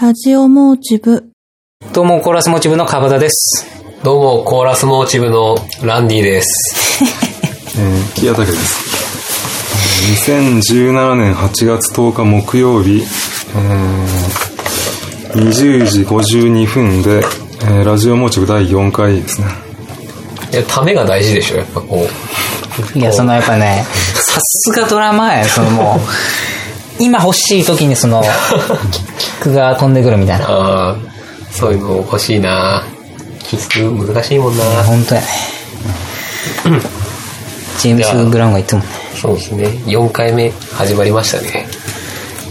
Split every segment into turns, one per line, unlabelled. ラジオモーチブ。
どうも、コーラスモチブの川端です。
どうも、コーラスモーチブのランディです。
えー、木畑です。えー2017年8月10日木曜日、えー20時52分で、えーラジオモーチブ第4回ですね。
いや、ためが大事でしょ、やっぱこう。
いや、そのやっぱね、さすがドラマや、そのもう、 今欲しい時にその、キックが飛んでくるみたいな。
ああ、そういうの欲しいなキック難しいもんな
本当やね。ジェームス・グラウンが言ってもんね、
そうですね。4回目始まりましたね。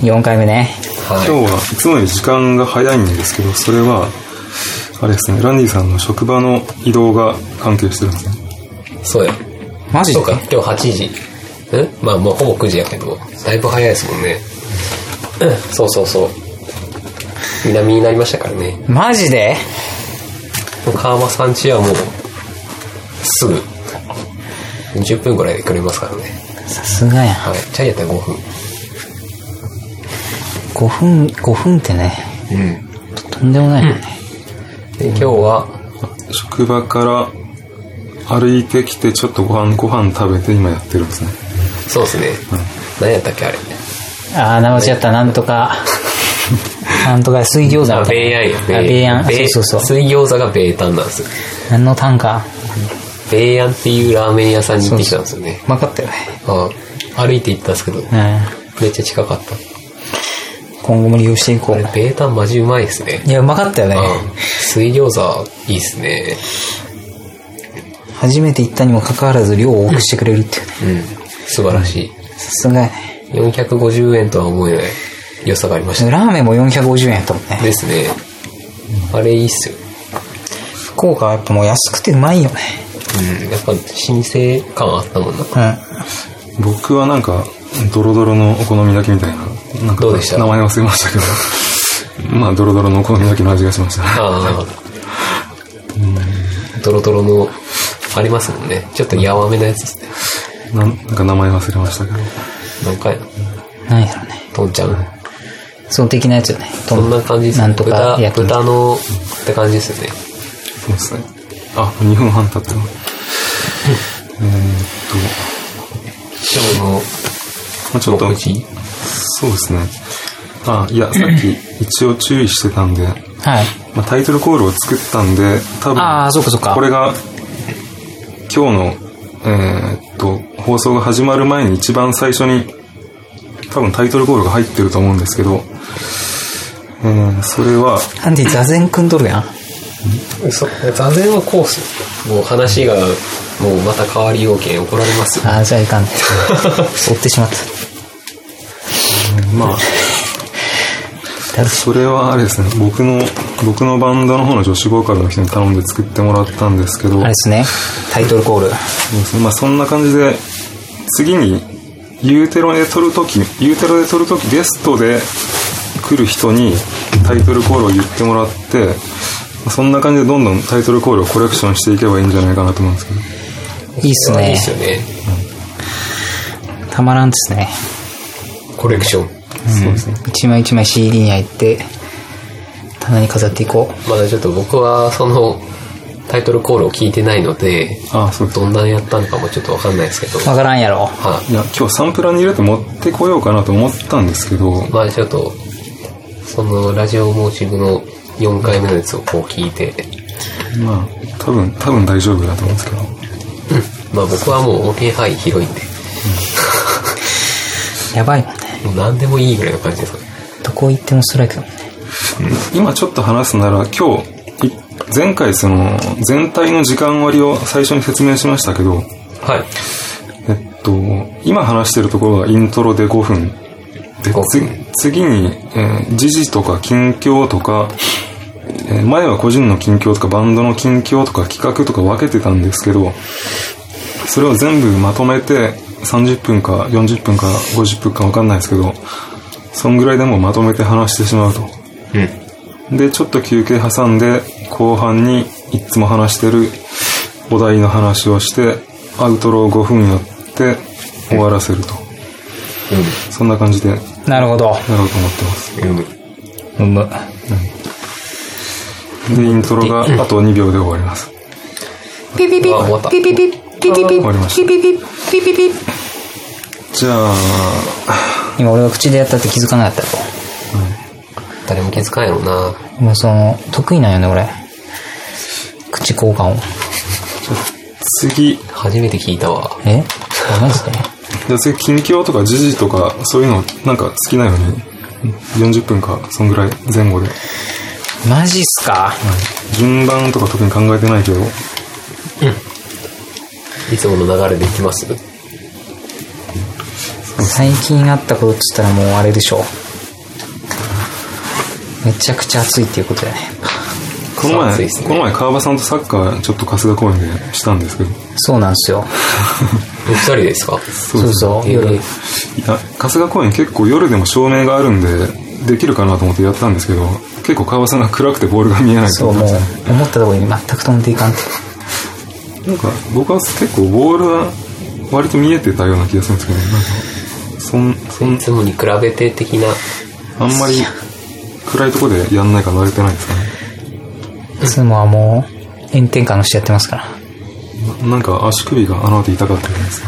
4回目ね。
は
今日はいつもより時間が早いんですけど、それは、あれですね、ランディさんの職場の移動が関係してるんですね。
い。そうや。
マジ
そ
で
うか、今日8時。んまあもうほぼ9時やけど、だいぶ早いですもんね。うんそうそうそう。南になりましたからね。
マジで
もう川間さん家はもう、すぐ、10分ぐらいで来れますからね。
さすがやん。
はい。チャイやったら5分。
5分、5分ってね、
うん。
とんでもないよね。
で、今日は、
職場から歩いてきて、ちょっとご飯、ご飯食べて今やってるんですね。
そうですね。何やったっけあれ。
あー、名ちゃった、なんとか。なんとか水餃子
あ、
だ。
米安や。
あ米安
米
そうそうそう
水餃子が米炭なんですよ。
何の単価
米安っていうラーメン屋さんに行ってきたんですよね。
うまかったよね。
あ歩いて行ったんですけど、
う
めっちゃ近かった。
ん。今後も利用していこ
これ、
う。
米炭マジうまいですね。
いや、うまかったよね。
うん水餃子、いいっすね。
初めて行ったにもかかわらず量を多くしてくれるっていうね。
うん。素晴らしい。
さすがやね。
450円とは思えない良さがありましたね。
ラーメンも450円やったもんね。
ですね。あれいいっすよ。
福岡はやっぱもう安くてうまいよね。
うん。やっぱ、新生感あったもんな。
うん。
僕はなんかドロドロのお好み焼きみたいななんか
どうでした
名前忘れましたけど まあドロドロのお好み焼きの味がしましたね
ああ。ドロドロの、ありますもんね。ちょっとやわめなやつです
なんなんか名前忘れましたけど
ね。なんかやな、
なんやろね。
とんちゃん。
そう的なやつよね。
そんな感じです
なんとか
豚、
焼きみたい
豚の、って感じですよね。
そうですねあ2分半経ってます
今日の、
まあちょっと
目次
そうですねあいやさっき一応注意してたんで、
はい。
まあ、タイトルコールを作ったんで多分
ああ、そっかそっか。
これが今日の、えーっと放送が始まる前に一番最初に多分タイトルコールが入ってると思うんですけど、えーそれは
なんで座禅組んどるやん。
そ、座禅はコース。もう話が、もうまた変わり要件怒られますよ。
ああ、じゃあいかん ね。追ってしまった。
まあ
だるし
それはあれですね僕の僕のバンドの方の女子ボーカルの人に頼んで作ってもらったんですけど
あれですね。タイトルコール。
そうですねまあそんな感じで次にユーテロで撮るときユーテロで撮るときゲストで来る人にタイトルコールを言ってもらってそんな感じでどんどんタイトルコールをコレクションしていけばいいんじゃないかなと思うんですけど
いいっす
いい
ね
っ。すよね。
たまらんですね。
コレクション。
一枚一枚 CD に入って、棚に飾っていこ
まだちょっと僕は、その、タイトルコールを聞いてないので、
ああそうです
どんなやったのかもちょっとわかんないですけど。
う。わからんやろ。
はい
や今日サンプラーに入れて持ってこようかなと思ったんですけど
まあちょっと、そのラジオモーチングの4回目のやつをこう聞いて、
まあ多分多分大丈夫だと思うんですけど
まあ僕はもう音程範囲広いんで、
やばいもんね。
もう何でもいいぐらいの感じですかね。
どこ行ってもストライクだもんね。
今ちょっと話すなら今日い前回その全体の時間割を最初に説明しましたけど
はい。
えっと、今話してるところがイントロで5分。で、
5
つ次に、えー時事とか近況とか、えー前は個人の近況とかバンドの近況とか企画とか分けてたんですけど、それを全部まとめて30分か40分か50分か分かんないですけど、そんぐらいでもうまとめて話してしまうと。で、ちょっと休憩挟んで、後半にいつも話してるお題の話をして、アウトロを5分やって終わらせると。そんな感じでや
なるほど。
ろうと思ってます。
うん。うん。
うむ。
えで、イントロがあと2秒で終わります。
ピピピ
あ終わった
ピピピピピピ
終わりまし
ピピピピピピ
じゃあ、
今俺が口でやったって気づかなかっ
誰も気づかんやろな。
たもうその得意なんよね俺口交換を
次、
初めて聞いたわ。
えあマジで
じゃあ次、近況とか時事とか、そういうの、なんか好きなように、40分か、そんぐらい前後で。
マジっすか
順番とか特に考えてないけど、
いつもの流れでいきます
最近あったことっつったらもうあれでしょめちゃくちゃ暑いっていうことだね
この
そう
前、
ですね
この前、川場さんとサッカー、ちょっと春日公園でしたんですけど、い
そうなんですよ
お二人ですか
そうそう夜
えー
や、春日公園結構夜でも照明があるんで、できるかなと思ってやったんですけど、結構川場さんが暗くてボールが見えない
そう
と
もう思ったところに全く飛んでいかんって
なんか、僕は結構ボールは、割と見えてたような気がするんですけど、なんか、そん、そん
い、つもに比べて的な、
あんまり、暗いとこでやんないから慣れてないですかね。
いつもはもう炎天下の人やってますから
なんか足首があの後痛かったじゃないですか。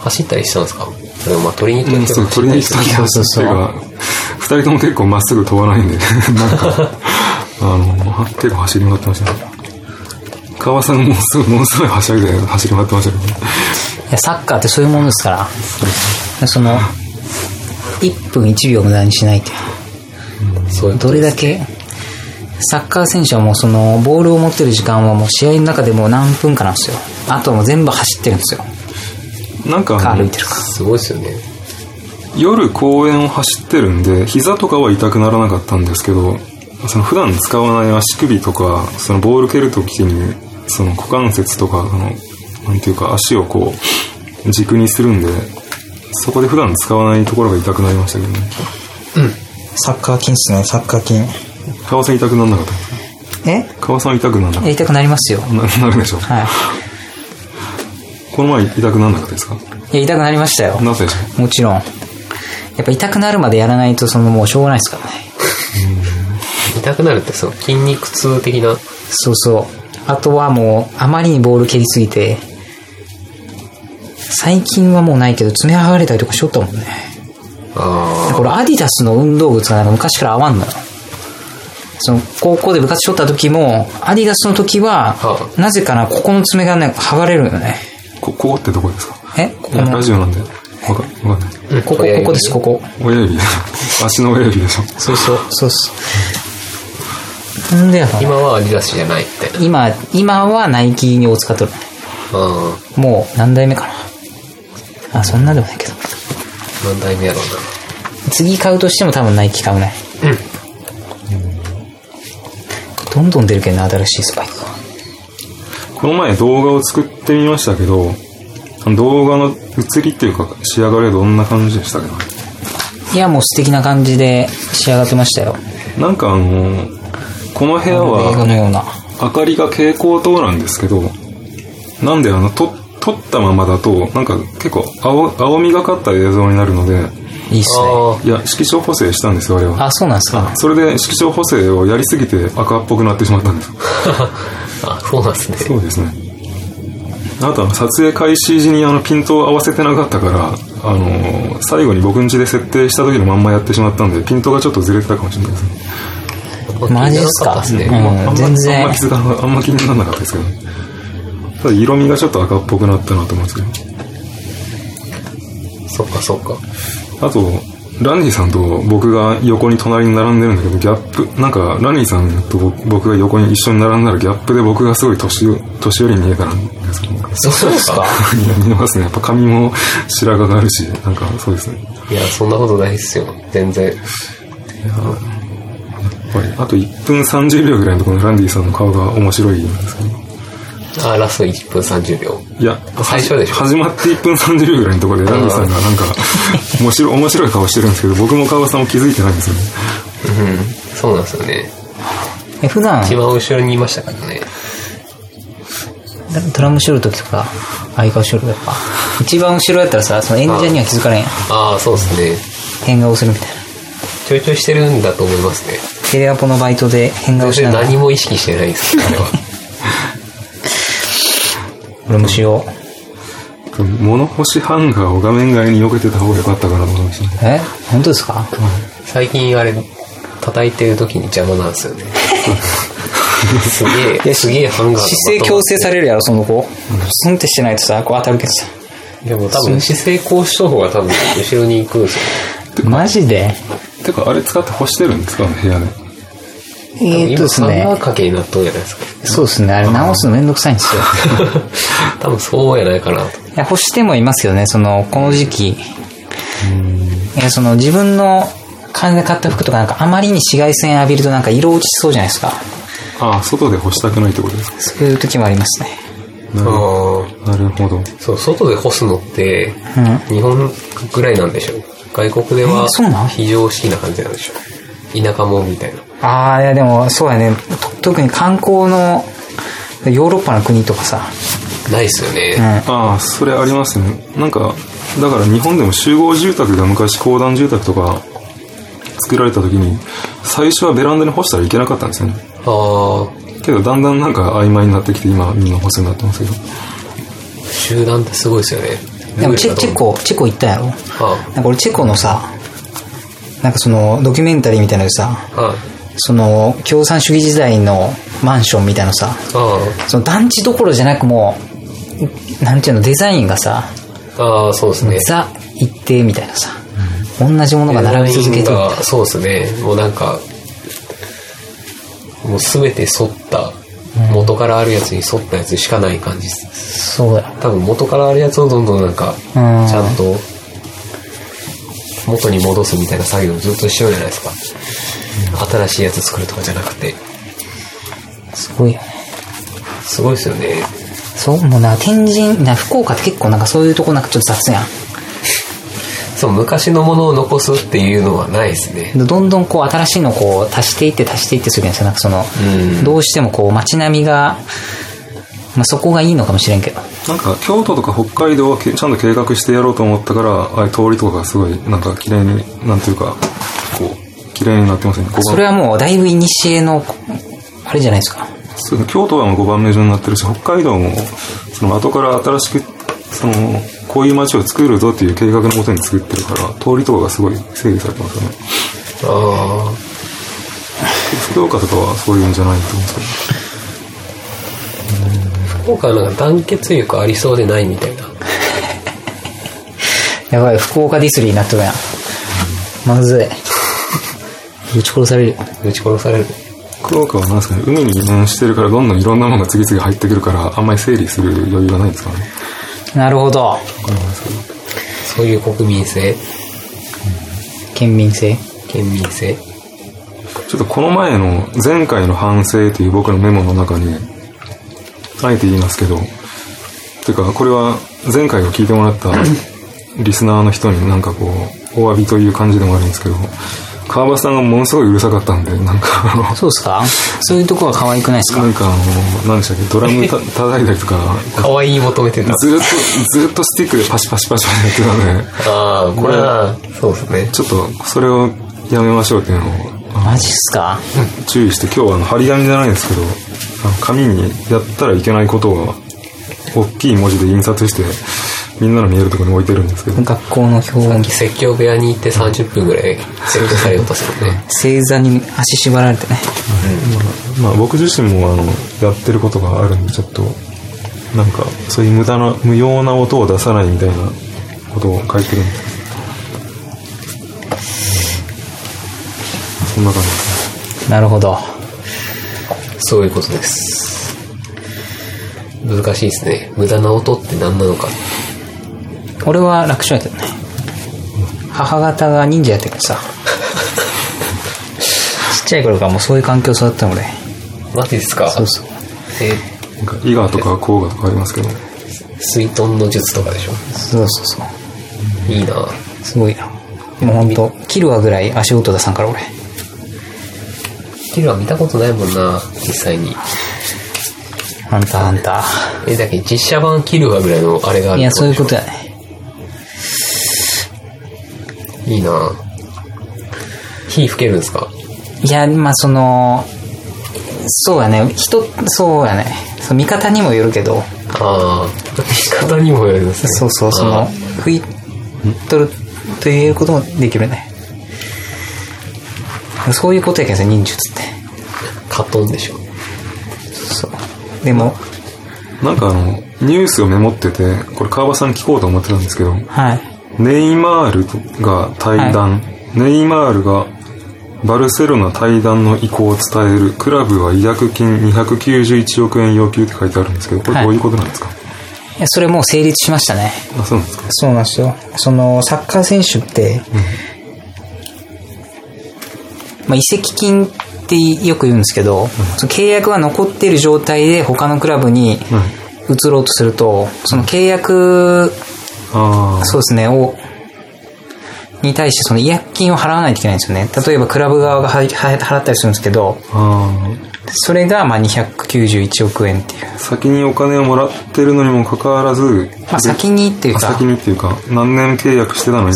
走ったりしたんですかでもまあ、鳥にと
う
っ
ん、
て
そう、取りに行った気が
そう
す
そう
る。てか、二人とも結構まっすぐ飛ばな いんで、なんか、あの、は結構走り回ってましたね。川さんもうすぐ、ものすごいはしゃぎで走り回ってましたけどね。
いやサッカーってそういうものですからその1分1秒無駄にしないと
そういう
どれだけサッカー選手はもうそのボールを持ってる時間はもう試合の中でもう何分かなんですよあとはもう全部走ってるんですよ
なんか
か
あ
歩
の
い、てるか
すごいですよね。
夜公園を走ってるんで、膝とかは痛くならなかったんですけど、その普段使わない足首とか、そのボール蹴るときに、その股関節とか、あの、なんていうか足をこう、軸にするんで、そこで普段使わないところが痛くなりましたけどね。
サッカー筋っすね、サッカー筋。
川さん痛くなんなかったですか
え
川さん痛くなんなか
や
っ
りたくなりますよ
たななるでしょう。
はい
この前痛くなんなかったですか
いや痛くなりましたよ
なぜでしょう
もちろんやっぱ痛くなるまでやらないとそのもうしょうがないですからね
痛くなるって、その筋肉痛的な、
そうそうあとはもうあまりにボール蹴りすぎて最近はもうないけど爪剥がれたりとかしよったもんね
あ
これアディダスの運動靴がなんか昔から合わんのよその高校で部活しとった時もアディダスの時は
は
なぜかなここの爪がね剥がれるよね
こ、ここってどこですか
えここの
ラジオなんで。わか、わかんない。
あ、うん
ここここですここ
親指 足の親指でしょ。
そうそうそうっすなんでやろな
今はアディダスじゃないみたいな。
今今はナイキを使っとる
あ
もう何代目かなあそんなでもないけど
あ、何代目やろう
次買うとしても多分ナイキ買うね
な。うん。
どんどん出るけどな新しいスパイクが
この前動画を作ってみましたけど、動画の映りっていうか仕上がりはどんな感じでしたか
いやもう素敵な感じで仕上がってましたよ
なんかあの、この部屋
映画
は
のような
明かりが蛍光灯なんですけど、なんであの、と、撮ったままだと、なんか結構青、青みがかった映像になるので、
いいっすね
あ
いや、色調補正したんですよ、あれは。
あそうなんですか
それで色調補正をやりすぎて赤っぽくなってしまったんです。
あ、あ、そうなんですね。
そうですね。あとは撮影開始時にあのピントを合わせてなかったから、あのー最後に僕ん家で設定した時のまんまやってしまったんで、ピントがちょっとずれてたかもしれないですね。
マジっすか
気にならなったですね。
あんま
うん全
あん
然
ま気づかなあんま気にならなかったですけど、ただ色味がちょっと赤っぽくなったなと思うんですけど。
そっかそっか。
あと、ランディさんと僕が横に隣に並んでるんだけど、ギャップ、なんか、ランディさんと僕僕が横に一緒に並んだら、ギャップで僕がすごい年を年寄りに見えたんですけど、い
そうですか
や、見えますね。やっぱ髪も白髪があるし、なんかそうですね。
いや、そんなことないっすよ。全然。
やっぱりあと1分30秒ぐらいのところのランディさんの顔が面白いんですけど、
あ、ラスト1分30秒。
いや、
最初でしょ
始まって1分30秒ぐらいのところで、ランディさんがなんか、面白い、面白い顔してるんですけど、僕も川さんも気づいてないんですよね。
うん。そうなんですよね。
え普段
一番後ろにいましたからね。
ドラムしょる時とか相顔しょるやっぱ一番後ろやったらさその演者には気づかれんやん
ああ、そうですね。
変顔するみたいな
ちょいちょいしてるんだと思いますね。
テレアポのバイトで変顔しながら
何も意識してないです、あれは。
俺もしよう
物干しハンガーを画面外に避けてた方が良かったかなと思いました
え
ね。
本当ですか
最近あれ、叩いてる時に邪魔なんですよ ね。すげえ、すげえハンガーがまとまって
姿勢矯正されるやろその子スンってしてないとさこう当たるけどさ
でも多分姿勢こうした方が多分後ろに行くんですよね。
マジで
てか、あれ使って干してるんですか部屋で。
えーっと
今
です
サン
ね
ガー掛けになっとるじゃないですか。
そうですねあれ直すのめんどくさいん ですよ
多分そうやないかな
い
と。
や干してもいますよねそのこの時期いやその自分の金で買った服とかなんかあまりに紫外線浴びるとなんか色落ちしそうじゃないですか
ああ、外で干したくないってことですか。
そういう時もありますね
なるなるほど。
そう、外で干すのって、日本ぐらいなんでしょう。外国で
え
は
ーそうなん
非常識な感じなんでしょう。田舎もんみたいな。
ああいやでもそうやねと特に観光のヨーロッパの国とかさ、
ないっすよね。
うん、
ああ、それありますね。なんか、だから日本でも集合住宅が昔公団住宅とか作られた時に、最初はベランダに干したらいけなかったんですよね。
ああ、
けど、だんだんなんか曖昧になってきて、今みんな干すようになってますけど。
集団ってすごいですよね。
でもチェチェ。コ、チェコ行ったやろ
は
なんか俺チェコのさ、なんかそのドキュメンタリーみたいなのでさ、
あ、はい、
その共産主義時代のマンションみたいなのさ、
あ
その団地どころじゃなくもう、なんていうの、デザインがさ、
あ、ああ、そうですね。
ザ一定みたいなさ、同じものが並び続けてるみたいな
デザインがそうですね。もうなんか、もうすべて沿った、元からあるやつに沿ったやつしかない感じです。
そうだよ。
多分元からあるやつをどんどんなんか、ち
ん
ゃんと、元に戻すみたいな作業をずっとしようじゃないですか。新しいやつ作るとかじゃなくて。
すごいよね。
すごいですよね。
そう、もうな、天神、な、福岡って結構なんかそういうとこなんかちょっと雑やん。
そう、昔のものを残すっていうのはないですね。
どんどんこう新しいのをこう足していって足していってするんですよ。なんかその、
うん
どうしてもこう街並みが、まあ、そこがいいのかもしれんけど。
なんか京都とか北海道はけちゃんと計画してやろうと思ったからああいう通りとかがすごいなんか綺麗になんていうかこう綺麗になってますよね
それはもうだいぶ古の、あれじゃないですか。
その京都はもう5番目順になってるし北海道もその後から新しくそのこういう街を作るぞっていう計画のもとに作ってるから通りとかがすごい整理されてますよね
あ
福岡とかはそういうんじゃないと思うんですけど
あ。福岡はなんか団結力ありそうでないみたいな。
やばい、福岡ディスリーになっとるやん。まずい。ぶち殺されるよ。
撃ち殺される。
福岡はなんですかね海に面してるからどんどんいろんなものが次々入ってくるからあんまり整理する余裕がないんですかね
なるほど。
そういう国民性、
県民性。
県民性。
ちょっとこの前の前回の反省という僕のメモの中に、あえて言いますけど、てかこれは前回を聞いてもらったリスナーの人になんかこう、お詫びという感じでもあるんですけど、川端さんがものすごいうるさかったんで、なんかあの、
そうですかそういうとこは可愛くないですか
なんかあの、何でしたっけ、ドラムた叩いたりとか、
可愛い求めてた。
ずっと、ずっとスティックでパシパシパシパシやってたんで、
ああ、これは、そうですね。
ちょっとそれをやめましょうっていうのを、
マジっすか
注意して今日はあの張り紙じゃないんですけどあの紙にやったらいけないことを大きい文字で印刷してみんなの見えるところに置いてるんですけど
学校の評論
説教部屋に行って30分ぐらい説教されようとするね。
正座に足縛られてね。
まあ僕自身もあのやってることがあるんでちょっとなんかそういう無駄な無用な音を出さないみたいなことを書いてるんですけどそんな感じですね
なるほど。
そういうことです。難しいですね。無駄な音って何なのか。
俺は楽勝やけどね母方が忍者やったけ どさちっちゃい頃からもうそういう環境育ったの俺
マジですか
そうそう
え
なんか伊賀とか甲賀とかありますけど
水遁の術とかでしょ。
そうそうそ
いいな
うすごいなもうほんとキルアぐらい足音出さんから俺
キルは見たことないもんな実際に。
あんたあんた
え、だけど実写版キルはぐらいのあれがある。
いやそういうこととやね
いいな
引
火吹けるんですか
いや、まあその、そうやね。人、そうやね。その見方にもよるけど、
ああ、 見方にもよるんですね。
そうそう、その、
あ
拭い取るということもできるね。そういうことやけんさ、忍術って。
ーカットンでしょ。
そう。でも、
なんかあの、ニュースをメモってて、これ川場さん聞こうと思ってたんですけど、
はい。
ネイマールが対談、ネイマールがバルセロナ対談の意向を伝える、クラブは違約金291億円要求って書いてあるんですけど、これどういうことなんですか、
いやそれもう成立しましたね。
あ、そうなんですか
そうなんですよ。その、サッカー選手って、
まあ、移籍金ってよく言うんですけど、その契約は残っている状態で他のクラブに移ろうとすると、その契約、
ああ、
そうですね、を、に対してその違約金を払わないといけないんですよね。例えばクラブ側がはは払ったりするんですけど、
あ
それがまあ291億円っていう。
あ、先にお金をもらってるのにもかかわらず、
まあ先にっていう
あ
か、
先にっていうか、何年契約してたのにって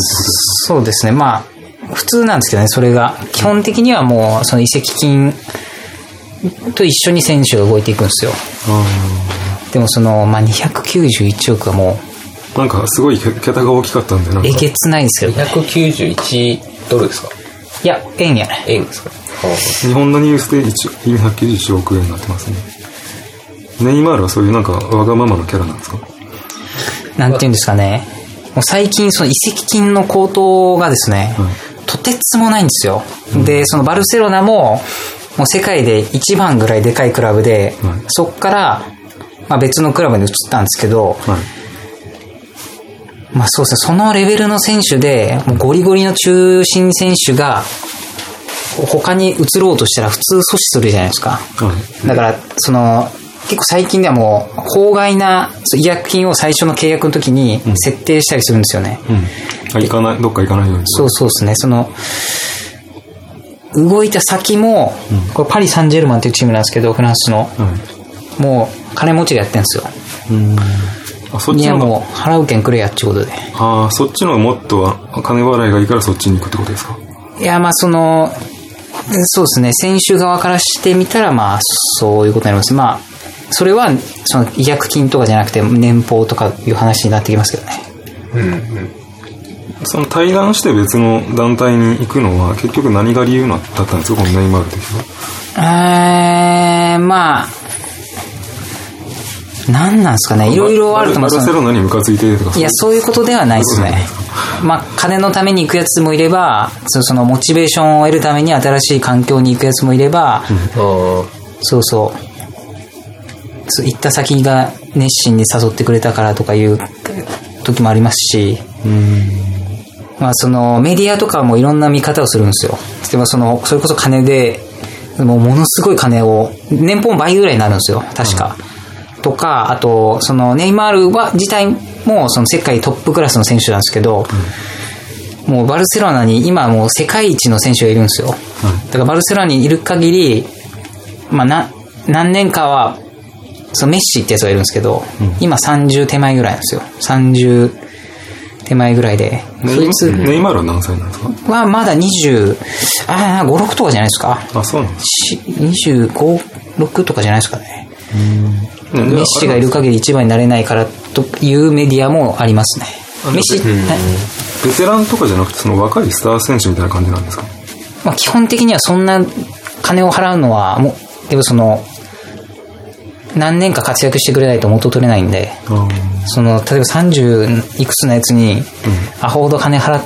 そうですね。まあ、普通なんですけどね、それが。基本的にはもう、その移籍金と一緒に選手が動いていくんですよ。
ことあ
でもその、まあ、291億はも
あ、なんかすごいけ桁が大きかったんで、なん
う、
か
えげつないですよ。
291ドルですか
いや、円やね。
円ですか
日本のニュースで1 291億円になってますね。ネイマールはそういうなんかわがままのキャラなんですか
なんて言うんですかね。もう最近、その移籍金の高騰がですね、
うん
とてつもないんですよ。で、そのバルセロナも、もう世界で一番ぐらいでかいクラブで、
うん
そっから、まあ、別のクラブに移ったんですけど、
はい。
まあそうですね、そのレベルの選手で、もうゴリゴリの中心選手が、他に移ろうとしたら普通阻止するじゃないですか。
はい。
だから、その、結構最近ではもう、法外なそう違約金を最初の契約の時に設定したりするんですよね。
うん。あ行かない、どっか行かないように。
そうそうですね、その、動いた先も、これパリ・サンジェルマンっていうチームなんですけど、フランスの、
はい。
もう金持ちがやってるんですよ。
あ、そっ
い
ち
や、
の方が、
もう払うけんくれやっていうことで。
ああ、そっちの方がもっとは、金払いがいいからそっちに行くってことですか
いや、まあ、その、そうですね、選手側からしてみたら、まあ、そういうことになります。まあ、それは、その、違約金とかじゃなくて、年俸とかいう話になってきますけどね。
その対談して別の団体に行くのは、結局何が理由なだったんですかこのネイマールって人は。
えー、まあ、なんなんですかね、いろいろあると思うん
バ
で
ル
す
セ
よ。
ロナにムカついてとか。
いや、そういうことではないですね。まあ、金のために行くやつもいれば、そその、モチベーションを得るために新しい環境に行くやつもいれば、
あ
そうそう。そう行った先が熱心に誘ってくれたからとかいう時もありますし、まあそのメディアとかもいろんな見方をするんですよ。例えばその、それこそ金で、もうものすごい金を、年俸倍ぐらいになるんですよ、確か。とか、あと、そのネイマールは自体もその世界トップクラスの選手なんですけど、もうバルセロナに今もう世界一の選手がいるんですよ。だからバルセロナにいる限り、まあ、な何年かはそのメッシってやつがいるんですけど、今30手前ぐらいなんですよ30手前ぐらいで
ネイ
そいつ
ネイマールは何歳なんですか
はまだ20ああ56とかじゃないですか
あ、そうなんです
256とかじゃないですかね
ね
メッシがいる限り一番になれないからというメディアもありますねメッシ、はい
ベテランとかじゃなくて、その若いスター選手みたいな感じなんですか
まあ、基本的にはそんな金を払うのはもうでもその何年か活躍してくれないと元取れないんで
あ
その例えば30いくつのやつに、アホほど金払っ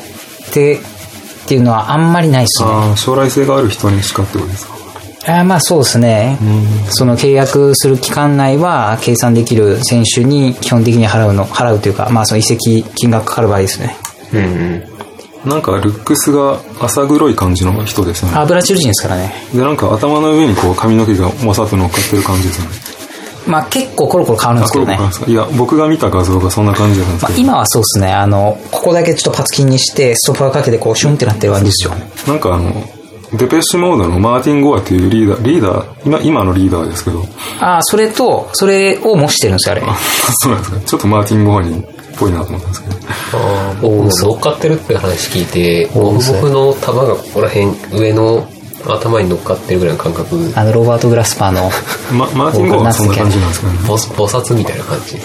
てっていうのはあんまりないです
あ
ね
ああ、将来性がある人にしかってことですか
あーまあそうですね、その契約する期間内は計算できる選手に基本的に払うの払うというか、まあ、その移籍金額かかる場合ですね
うんうん。
なんかルックスが浅黒い感じの人ですよね。
あーブラジル人ですからね
で、なんか頭の上にこう髪の毛がもさっと乗っかってる感じですよね。
まあ結構コロコロ変わるんですけどね
あそうかいや、僕が見た画像がそんな感じなんです
ま
け
あ
ど、
今はそうですねあのここだけちょっとパツキンにしてストッパーかけてこうシュンってなってる感じですよ
なんかあの、デペッシュモードのマーティン・ゴアっていうリーダー、リーダー、今、今のリーダーですけど、
ああそれとそれを模してるんですよあれ
あそうなんですか。ちょっとマーティン・ゴアにぽいなと思ったんですけど。
ああ、僕も乗っかってるって話聞いて、僕の玉がここら辺、上の頭に乗っかってるぐらいの感覚、
あの、ロバート・グラスパーの、
ま、マーティン号はそんな感じなんですかね。
ボス、菩薩みたいな感じ。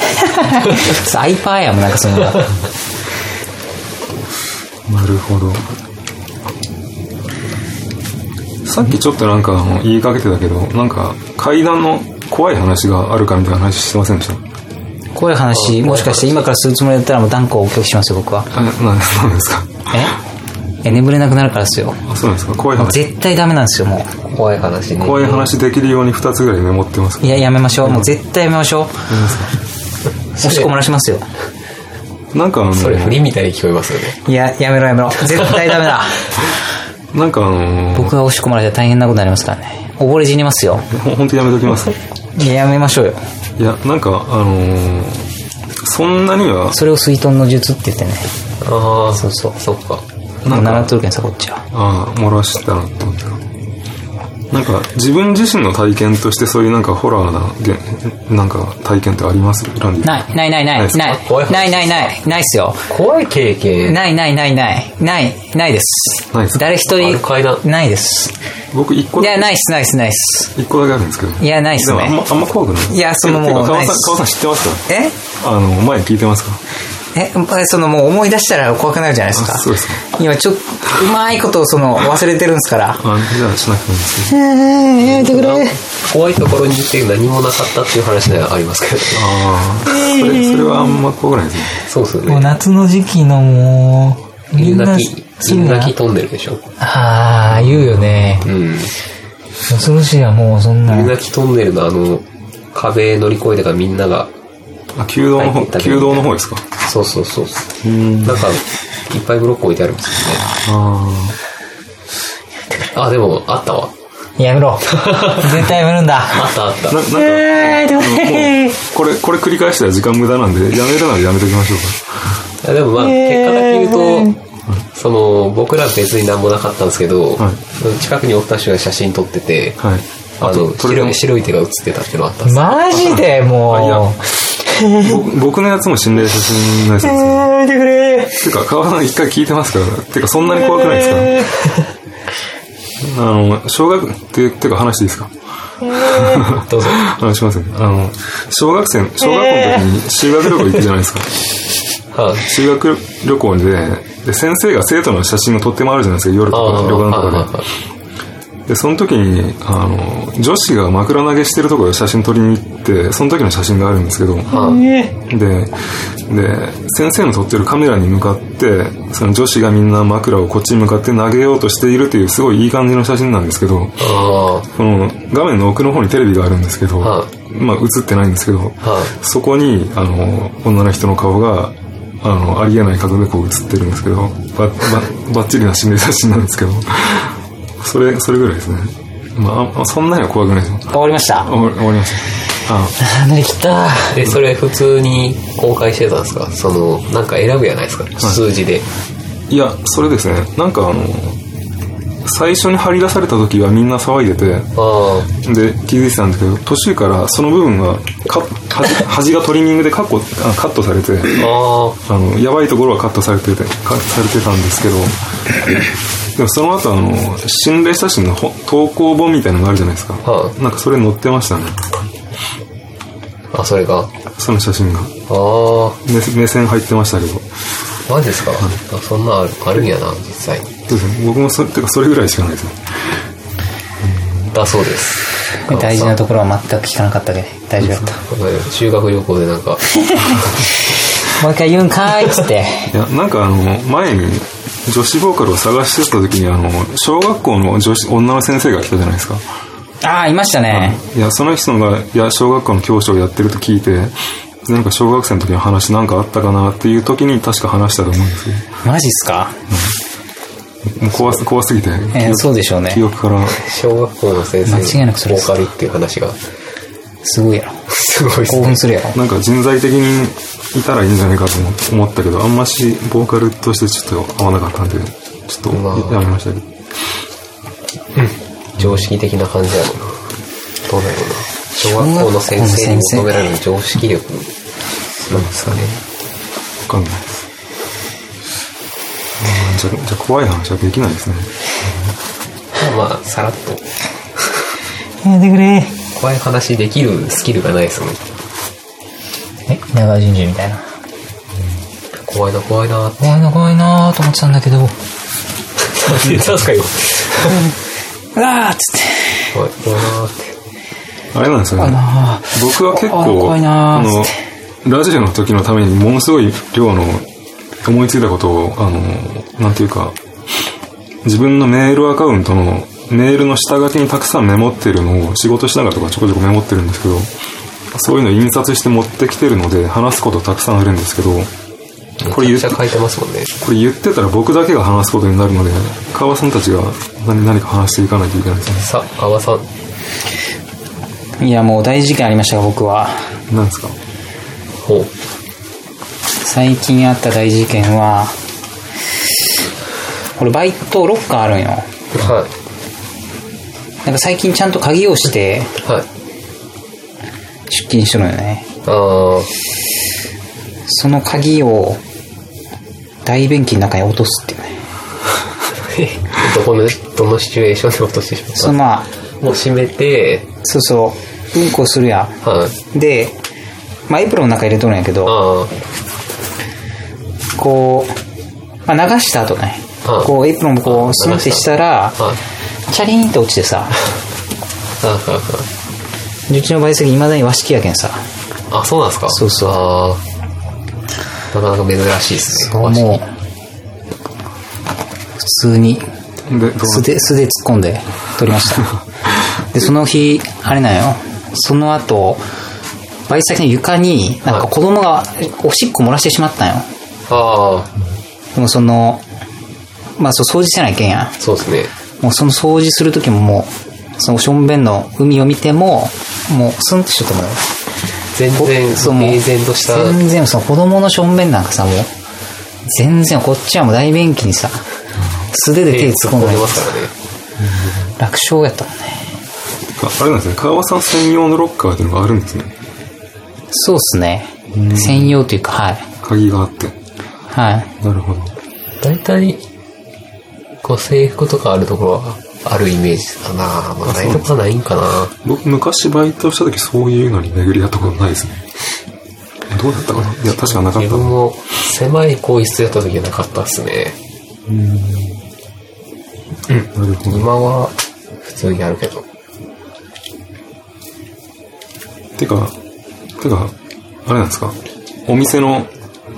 サイパーやもんなんかそういうの が。
なるほど。さっきちょっとなんかあの言いかけてたけど、なんか階段の怖い話があるかみたいな話してませんでした
こういう話、もしかして今からするつもりだったらもう断固を拒否しますよ、僕は。
あ、な、なんですか
ええ、眠れなくなるからですよ。
あ、そうなんですか怖い話。
絶対ダメなんですよ、も
怖い話ね。
怖い話できるように2つぐらいメモってます
う。いや、やめましょう。もう絶対やめましょう。押し込まらしますよ。
なんかあの、
それ、振りみたいに聞こえますよね。
いや、やめろやめろ。 絶対ダメだ。
なんかあの
僕が押し込まれたら大変なことになりますからね。溺れ死にますよ。
ほほんとやめとき ます。
いや、やめましょうよ。
いや、なんかあのーそんなには、
それを水遁の術って言ってね。
ああ、そうそう。そっか。
もう習っとるけんさ、こっちは。
ああ、漏らしたなって思った。なんか、自分自身の体験としてそういうなんかホラーなげ、なんか体験ってありますランディ。
ない、ないないない、
な
ない
です
い、
か
ない
怖い話
ないない、ないっすよ。
怖い経験。
ないないないない、ない、ないです。
ないっす
誰一
ある階段
人、ないです。
僕一個
い
だ
や、
け、
ないっす、ないっす、ないっす。
一個だけあるんですけど。
いやないっすね
でもあんま、あんま怖くない。
いやその
えてか
もう
川
ないっ
さん、
す
川さん知ってますか
え
あの、前聞いてますか
え、そのもう思い出したら怖くなるじゃないですか。
あそうですか
今ちょっと、うまいことをその忘れてるんですから。
あじゃあしなくてもいいんですけど。
やめてくれ。
怖いところに行って何もなかったっていう話ではありますけどね。
ああ、それ、それはあんま怖くないですね。
そうですよ
もう
ね。
夏の時期のもう、み
犬
んな
鳴
す
き、
ぐ
犬
な
鳴き飛んでるでしょ。
ああ、言うよね。
うん。
恐ろしいわ、もうそんな
犬。鳴きトンネルのあの、壁乗り越えてからみんなが、
あ、弓道の
はい
方、弓道の方ですか
そうそうそう。なんか、いっぱいブロック置いてあるんですよね。
あ
あ、でも、あったわ。
やめ ろ。絶対やめるんだ。
あったあっ
あ。
た。
な、なんか、もうこれ、これ繰り返したら時間無駄なんで、やめるならやめときましょうか。
いやでもまあ、結果だけ言うと、その、僕ら別になんもなかったんですけど、
はい
近くにおった人が写真撮ってて、
はい。
あの、
それで
白
も
い、白い手が写ってたっていうのあったんですよ
マジで
あいや
も
僕僕のやつも心霊写真のやつですね。
う。やめてくれ。
てか、川さん一回聞いてますから。てか、そんなに怖くないですかあの、小学、て、てか話いいですか
どうぞ。
話しますね。あの、小学生、小学校の時に修学旅行行くじゃないですか。
はい
修学旅行で、で、先生が生徒の写真を撮って回るじゃないですか、夜と
あ
か、
ー
旅館
はいはい
とか
はい
で。で、その時に、あの、女子が枕投げしてるところで写真撮りに行って、その時の写真があるんですけど、で、で、先生の撮ってるカメラに向かって、その女子がみんな枕をこっちに向かって投げようとしているという、すごいいい感じの写真なんですけど、
あ
この画面の奥の方にテレビがあるんですけど、
は
まあ映ってないんですけど、
い
そこに、あの、女の人の顔が、あの、ありえない角でこう映ってるんですけど、ば、ば、ばっちりな心霊写真なんですけど、 それ、それぐらいですね。まああ、そんなには怖くないですよ。
終わりました。
終わ終わりました。あ
あ、乗り切った。
あ。で、それ普通に公開してたんですかその、なんか選ぶやないですか、数字で。
いや、それですね。なんかあの、最初に張り出された時はみんな騒いでて、
あ
で気づいてたんですけど途中からその部分がカッ端端がトリミングでカッコあカットされて
あ。ああ。
あのやばいところはカットされててカットされてたんですけどでもその後あの心霊写真のほ投稿本みたいなのがあるじゃないですか、
は
なんかそれ載ってましたね
あ、それが。あ
その写真が
あ。
目目線入ってましたけど
マジですか、あそんなあるあるんやな、実際に。
そうですね僕もそてかそれぐらいしかないですね
だそうです。
大事なところは全く聞かなかったけど、大丈夫だった。
修学旅行でなんか、
もう一回言うんかーいっつって。
いやなんかあの前に女子ボーカルを探してた時にあの小学校の女子女の先生が来たじゃないですか
ああ、いましたね。
いや、その人が、いや、小学校の教師をやってると聞いて、なんか小学生の時の話なんかあったかなっていう時に確か話したと思うんですけ
マジっすか
ど、もう怖す怖すぎて、
えーそうでしょうね
記。憶から、
小学校の先
間違
生
い
に
なくそれ
ボ
です
ーカルっていう話が、
すごいやろ。
すごいです
興
ね
奮。するやろ。
なんか人材的にいたらいいんじゃないかと思思ったけど、あんましボーカルとしてちょっと合わなかったんで、ちょっとやめましたけど。
常識的な感じやもんな。どうなるの小学校の先生に求められる常識力なんですかね。
かんないです。うんじゃ、じゃあ怖い話はできないですね。
まあまあ、さらっと。
やめてくれ。
怖い話できるスキルがないですもん。
え、稲川淳二みたいな。
怖いな、怖いなって。
怖いな怖いなーと思ってたんだけど、うわ
確かに。
ーっつって。
怖い、怖いなって。
あれなんですよね。僕は結
あ
構、
怖いなー
の
つっ、
ラジオの時のためにものすごい量の思いついたことを、あの、なんていうか、自分のメールアカウントのメールの下書きにたくさんメモってるのを仕事しながらとかちょこちょこメモってるんですけど、そういうの印刷して持ってきてるので話すことたくさんあるんですけど、これ言
め
っ
ちゃくちゃ書いてますもんね。
これ言ってたら僕だけが話すことになるので、川場さんたちが何何か話していかないといけないですね。
さ、川さん。
いや、もう大事件ありましたよ、僕は。
何ですか
ほう。
最近あった大事件は、俺バイトロッカーあるんよ。
は
なんか最近ちゃんと鍵をして
い。はい。
出勤してるのよね。
あ
その鍵を大便器の中に落とすっていうね。
ー。 どこの、どのシチュエーションで落としてしまった
そのまあ、
もう閉めて、
そうそう、うんこするや
はい。
ん。で、まあエプロンの中入れとるんやけど、
あ
こう、まあ、流した後ね
うん、
こうエプロンをこうスンってしたら
あ。、はい。
チャリーンって落ちてさ、
ああ
うちのバイト先未だに和式やけんさ、
あ、あ、そうなんですか
そうそう
あーなかなか珍しいですね。
もう、
和式
普通に
で、どう
素で、素で突っ込んで撮りま した。で、その日、あれなんよ。その後、バイト先の床に、なんか子供がおしっこ漏らしてしまったんよ。
ああ、
でもその、まあそう掃除せないけんや。
そうですね。
もうその掃除する時ももう、そのしょんべんの海を見ても、もうスンってしとったもんよ。
全然、
そうもう
平然とした。
全然、その子供のしょんべんなんかさ、もう、全然、こっちはもう大便器にさ、素手で手突っ込んで
手ますからね。
楽勝やったもんね。
ああれなんですね。川場さん専用のロッカーっていうのがあるんですね。
そうっすね。専用というか、はい。
鍵があって。
はい。
なるほど。
大体、こう制服とかあるところはあるイメージだなまあないとこはないんかな
僕、昔バイトした時そういうのに巡り合ったことないですね。どうだったかないや、確かなかっ
自
た
分
な。
も狭い更衣室やった時はなかったっすね。
なるほど。
今は普通にあるけど。
てか、てか、あれなんですかお店の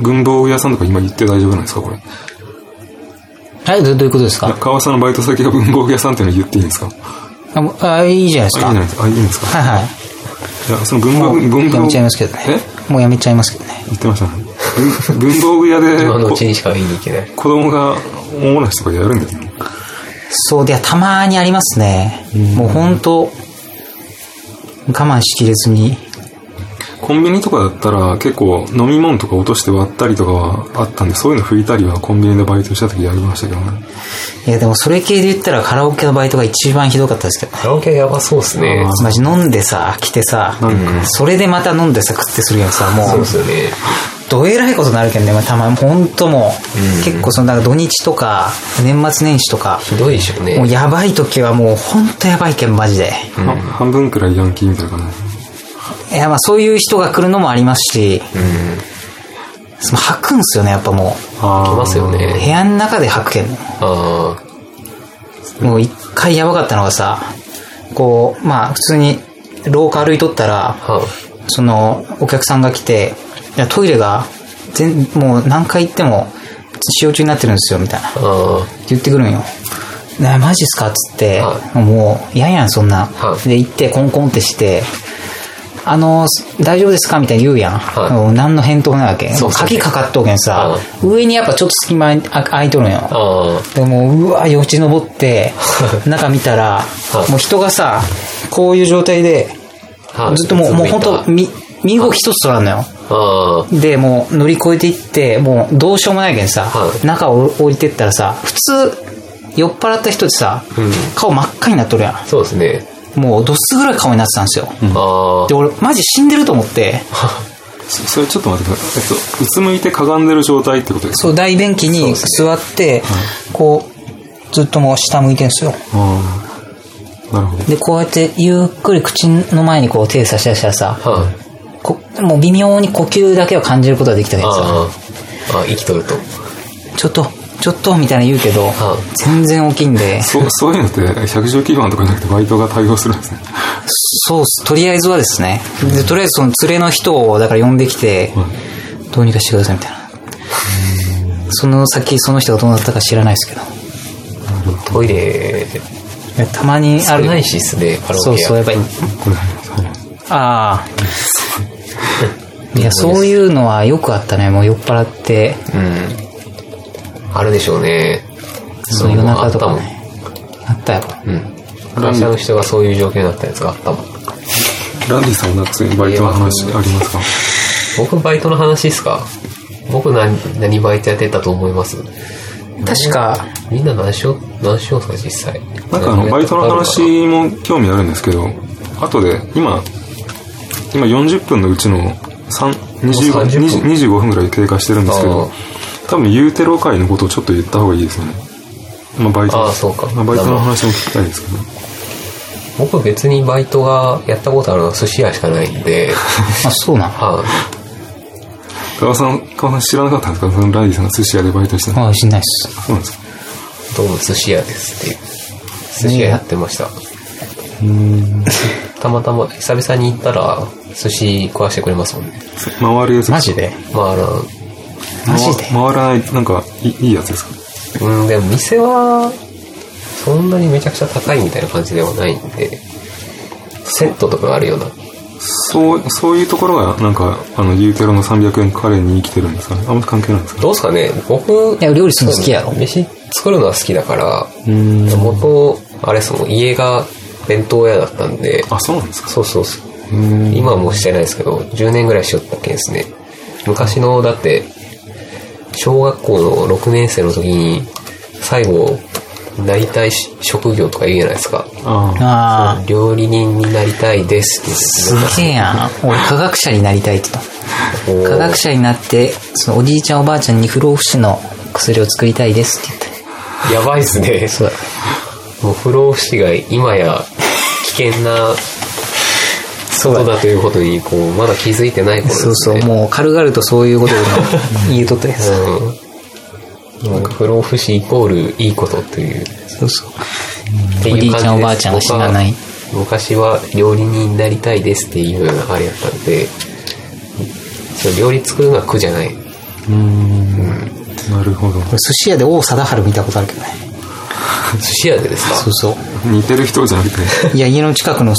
文房具屋さんとか今言って大丈夫なんですかこれ。
はい、どどういうことですか
川場さんのバイト先が文房具屋さんっていうの言っていいんですか
あもうあ、いいじゃないです
あ、いい
か。
んじゃないですかあ、いいんですか
はいはい
や、その文
い。
房
も
具、文
うや
房
め
具。
ちゃいますけどね
え。
もうやめちゃいますけどね。
言ってましたね。文文房具 屋で、
今のう
こ
ちにしか見に行けない。
子供がおもらしとかやるんですね。
そうで、いやたまにありますね。もうほんと、我慢しきれずに。
コンビニとかだったら結構飲み物とか落として割ったりとかはあったんで、そういうの拭いたりはコンビニでバイトした時やりましたけどね。
いや、でもそれ系で言ったらカラオケのバイトが一番ひどかったですけどね。
カラオケやばそうっすね。
マジ飲んでさ、来てさ、それでまた飲んでさ、食ってするやんさ、も
そう
う
っ、すよね。
どえらいことになるけどね、まあ、たまに、ほんともう、結構その、だから土日とか、年末年始とか、
ひどいでしょう
もう
ね。
やばい時はもうほんとやばいけん、マジで。
は半分くらいヤンキーみたいな感
いや、まあそういう人が来るのもありますし、その吐くんすよね、やっぱも
じ。あ
来ますよ。
う。部
ね。
屋の中で吐くけんね。
ああ、
もう一回やばかったのがさ、こう、まあ普通に廊下歩いとったら、
は
その、お客さんが来て、いや、トイレが、全、もう何回行っても、使用中になってるんですよ、みたいな。
あ、あ
言ってくるんよ。ねマジっすかっつって、
は
もう、嫌やん、そんな。
はい
で、行って、コンコンってして、あの、す大丈夫ですかみたいに言うやん。
はい
もう何の返答もないわけ。
そうそう
鍵かかっとうけんさ
は、
上にやっぱちょっと隙間あ空いとるんよ。
あ、ああ、
でもう、うわ、よち登 って、中見たら、
い
もう人がさ、こういう状態で、
はい
ずっともう、
うつ
も
む
う
いた
本当み身動き一つ取らんのよ。
ああ、
で、もう乗り越えていって、もうどうしようもないけんさ、
はい
中を降りてったらさ、普通、酔っ払った人ってさ、
うん
顔真っ赤になっとるやん。
そうですね。
もうどっすぐらい顔になってたんですよ。
ああ
で、、俺、マジ死んでると思って、
そそれちょっと待ってください。えっと、うつむいてかがんでる状態ってことです
そう、大便器に座って、こう、ずっともう下向いてるんですよ。
ああ。なるほど。
で、こうやってゆっくり口の前にこう手差し出したらさ、
は
こもう微妙に呼吸だけを感じることができたわ
あ、
けですよ。
ああ、ああ、息取ると。
ちょっと、ちょっとみたいな言うけど、全然大きいんで、
そう、そういうのって、百条基盤とかじゃなくてバイトが対応するんですね。
そうっすとりあえずはですね。で、とりあえずその連れの人を、だから呼んできて、どうにかしてくださいみたいな。その先、その人がどうなったか知らないですけど。
トイレ、
いやたまにあ
あ
る。
れないし、すね、カラ
そ
オ
う
ケ
そう、や
屋
っ。ぱり、
これ、はい。
ああ。いや、そういうのはよくあったね。もう酔っ払って、
うん。あるでしょうね。
そう
い
夜
のも
中とかね。あったよ。
あったもん。うん。会社の人がそういう状況になったやつがあったもん。
ランディさんはなんかそういうバイトの話ありますか
僕、バイトの話ですか僕何、何バイトやってたと思います
確か、
みんな何しよう、何しようっすか、実際。
なんかあの、バイトの
うん。
話も興味あるんですけど、後で、今、今40分のうちの3
30
25
分
20 25分ぐらい経過してるんですけ
あ
ど
ー、
多分ユーテロ会のことをちょっと言った方がいいですね。まあ、バイト。
あーそうか
まあバイトの話も聞きたいですけど。
僕別にバイトがやったことあるのは寿司屋しかないんで、
あ、そうなん。
は
川さん、川さん知らなかったんですかそのランディさんが寿司屋でバイトしてたの。
ああ、知んないっす。
そうなんですか
いどうも寿司屋ですっていう。寿司屋やってました。たまたま、久々に行ったら、寿司食わしてくれますもんね。
回るやつ
マジで
まあ、あの、
マジで
回回らない、なんかい、いいやつですか
うん、でも店は、そんなにめちゃくちゃ高いみたいな感じではないんで、セットとかあるような。
そう、そういうところが、なんか、あの、ユーテロの300円カレーに生きてるんですかねあんまり関係ないんですか
どうすかね僕、
いや、料理するの好きやろ。
飯作るのは好きだから、
ん
元、あれその家が弁当屋だったんで、
あ、そうなんですか
そうそうそう。今はもうしてないですけど、10年ぐらいしよったっけですね。昔の、だって、小学校の6年生の時に、最後、なりたいし職業とか言うじゃないですか。
ああ。
あ
料理人になりたいですって
あ、すげえやん。俺、科学者になりたいって言った。科学者になって、そのおじいちゃんおばあちゃんに不老不死の薬を作りたいですって言った。
やばいっすね。そうもう不老不死が今や危険なことだということに、こう、まだ気づいてない頃です
そ
ね。
うそう、もう軽々とそういう ことを言うとったやつ。
うん。なんか不老不死イコールいいことという。
そうそう。
ってい
お
う感じです
じいちゃんおばあちゃんが死なない
昔は昔は料理人になりたいですっていうようなあれやったんで、そう料理作るのは苦じゃない。
うーん。なるほど。
寿司屋で王貞治見たことあるけどね。
寿司屋でですか
そうそ
似てる人じゃなくて。
う。いや、家の近くの、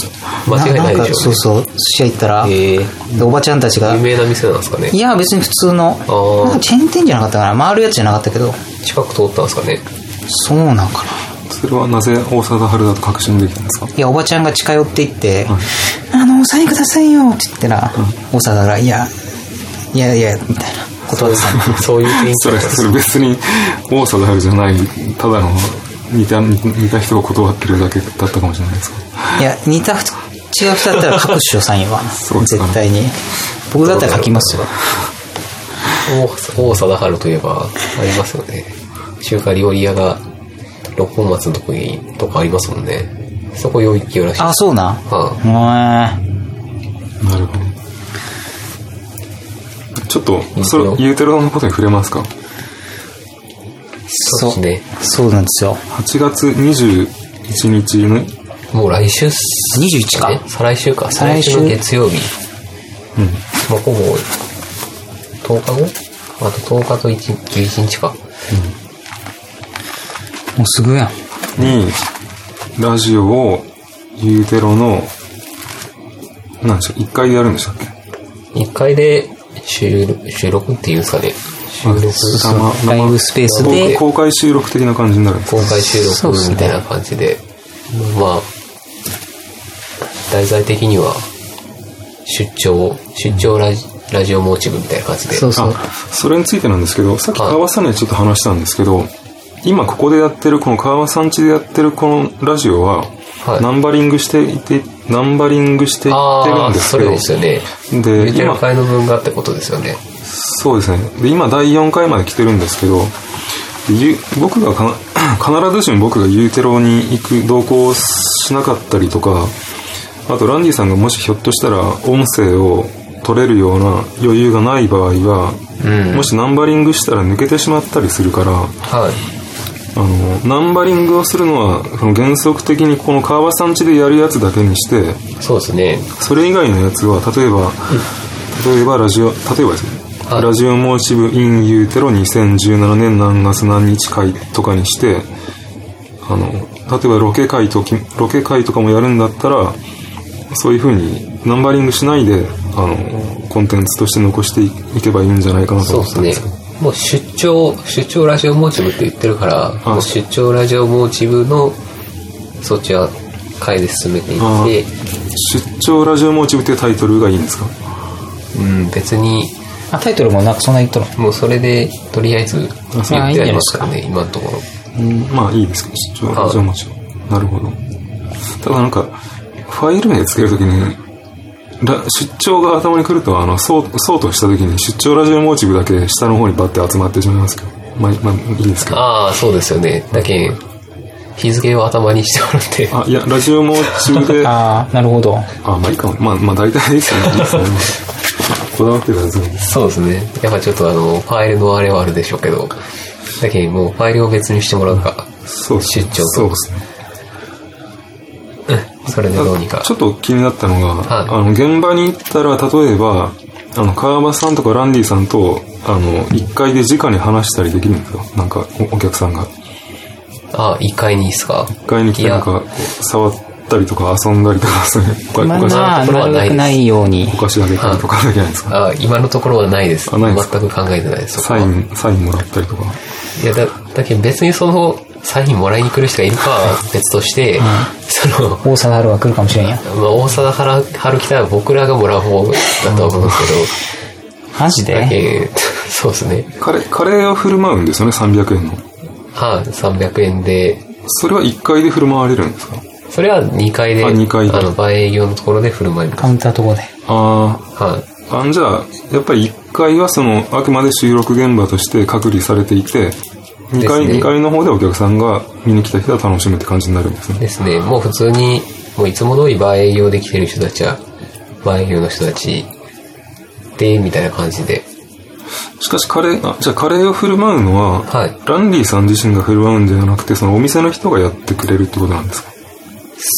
間違いないでしょうね
んかそうそう、寿司屋行ったら、
へえ
でおばちゃんたちが
有、名な店なんですかね
いや、別に普通の、
ー
なんかチェーン店じゃなかったかな。回るやつじゃなかったけど、
近く通ったんですか ね
そうなんかな。
それはなぜ大沢春だと確信できたんですか
いや、おばちゃんが近寄っていって、あの、おサインくださいよって言ったら、大沢が、いや、いやいや、みたいな断ってたんだ。
そういう雰囲気
そ
だ
れ、
ったんです
それ別に大沢春じゃない、ただの似た、似た人を断ってるだけだったかもしれないですか
いや、似たふ、違う人だったら書くっしょ、サインは。
そうですか
絶対に。僕だったら書きますよ。
王王 貞治といえばありますよね中華料理屋が六本松のとこにとかありますもんねそこ領域よらしい
あ、そうな。
は
お前。
なるほど。ちょっと、それ、ユーテロのことに触れますか
そ
そうですね
う。そうなんですよ。
8月21日の、
いもう来週っす
21か
ね再来週か
再来
再来
週
週の月曜日まあほぼ10日後あと10日と1 11日か
もうすぐやん。
に、ラジオを、ユーテロの、なんでしょう、1回でやるんでしたっけ
1回で収録収録っていうんですかね収録
生生
ライブスペースで、
公公開収録的な感じになるんです
公開収録みたいな感じで、まあ、題材的には、出張、出張ラジラジオモーチブみたいな感じで。
そうそう。
あそれについてなんですけどさっき川さんにはちょっと話したんですけど今ここでやってるこの川さん家でやってるこのラジオは
はい
ナンバリングしていて、ナンバリングしていってる
あ
ん
あ、
です
そ
け
れ
ど、
ですよね。
で
言ってる
今
回の分がってことですよね。
そうですね。で、今第4回まで来てるんですけど、ゆ僕がかな 必ずしも僕がユーテロに行く、同行しなかったりとか、あとランディさんがもしひょっとしたら音声を取れるような余裕がない場合は、
うん
もしナンバリングしたら抜けてしまったりするから、
はい。
あのナンバリングをするのはその原則的にこの川端さん家でやるやつだけにして
そうですね。
それ以外のやつは例えば、例えばラジオ例えばですね
はい
ラジオモーシブ・イン・ユーテロ2017年何月何日会とかにしてあの例えばロケ会ときロケ会とかもやるんだったらそういうふうにナンバリングしないであのコンテンツとして残していいけばいいんじゃないかなと
そう
思
で
っ
す
たん
ね
ですけど。
もう出張、出張ラジオモーチブって言ってるから、もう出張ラジオモーチブの、そっちは回で進めてい
あ
って、
出張ラジオモーチブっていうタイトルがいいんですか
うん、別に、
あ、タイトルもなんかそんな言っとる。
もうそれで、とりあえず、言ってありますからね、今のところ。
うんまあいいですけど、出張
はい
ラジオモーチブ。なるほど。ただなんか、ファイル名つけるときに、ら出張が頭に来ると、あの、そう、そうとしたときに、出張ラジオモーチブだけ下の方にバッて集まってしまいますけど。まあ、まあ、いいんですけど。
ああ、そうですよね。だけん、日付を頭にしてもらって、
あ、いや、ラジオモーチ ブで、あ、
ああ、なるほど。
まあいいかも。まあ、まあ大体ですよね。 いいですねこだわってたらずに。
そうですね。やっぱちょっとあの、ファイルのあれはあるでしょうけど、だけんもうファイルを別にしてもらうか、
そうですね
出張と
そうですね。
それでどうにか。
ちょっと気になったのが、
はい
あの現場に行ったら例えばあの川端さんとかランディさんとあの1階で直に話したりできるんですよなんかおお客さんが
ああ、1階にいいっすか
1階に来てなんかこう触ったりとか遊んだりとかそういうお
ま
菓子
あ、な
ところは
る
な
べ
いです
くないように
お。菓子あげたりとかだけじゃないですか
ああ、今のところはないです。
あないですか
全く考えてないです。そこ
サ
は
インサインもらったりとか
いや、だ、だけど別にその、サインもらいに来る人がいるかは別として、その、
大沢春は来るかもしれんや。
まあ、大沢原春樹たら僕らがもらう方だとは思うんです
マジ
けど、だ
で
けん そうですね。
カレーカレーを振る舞うんですよね300円の
はい、300円で、
それは1階で振る舞われるんですか
それは2階で、
あ二階で
あの、売営業のところで振る舞います。
カウンターとこで。
ああ
はい。
あじゃあやっぱり1階はそのあくまで収録現場として隔離されていて2階,、
ですね
二階の方でお客さんが見に来た人は楽しむって感じになるんですね
ですね。もう普通に、もういつも通りバー営業できてる人たちは、バー営業の人たちで、みたいな感じで。
しかしカレーあじゃあカレーを振る舞うのは、
はい
ランディさん自身が振る舞うんじゃなくてそのお店の人がやってくれるってことなんですか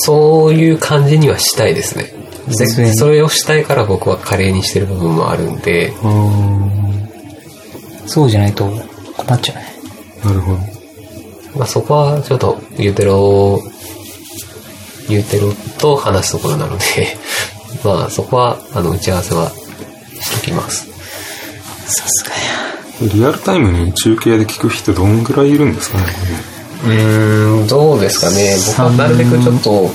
そういう感じにはしたいですね。でそれをしたいから僕はカレーにしてる部分もあるんで、
ああ
そうじゃないと困っちゃうね。
なるほど
まあそこはちょっと、ゆうてろ、ゆうてろと話すところなので、 まあそこは、あの、打ち合わせはしときます。
リアルタイムに中継で聞く人どんぐらいいるんですかね
うーん、どうですかね。僕はなるべくちょっと、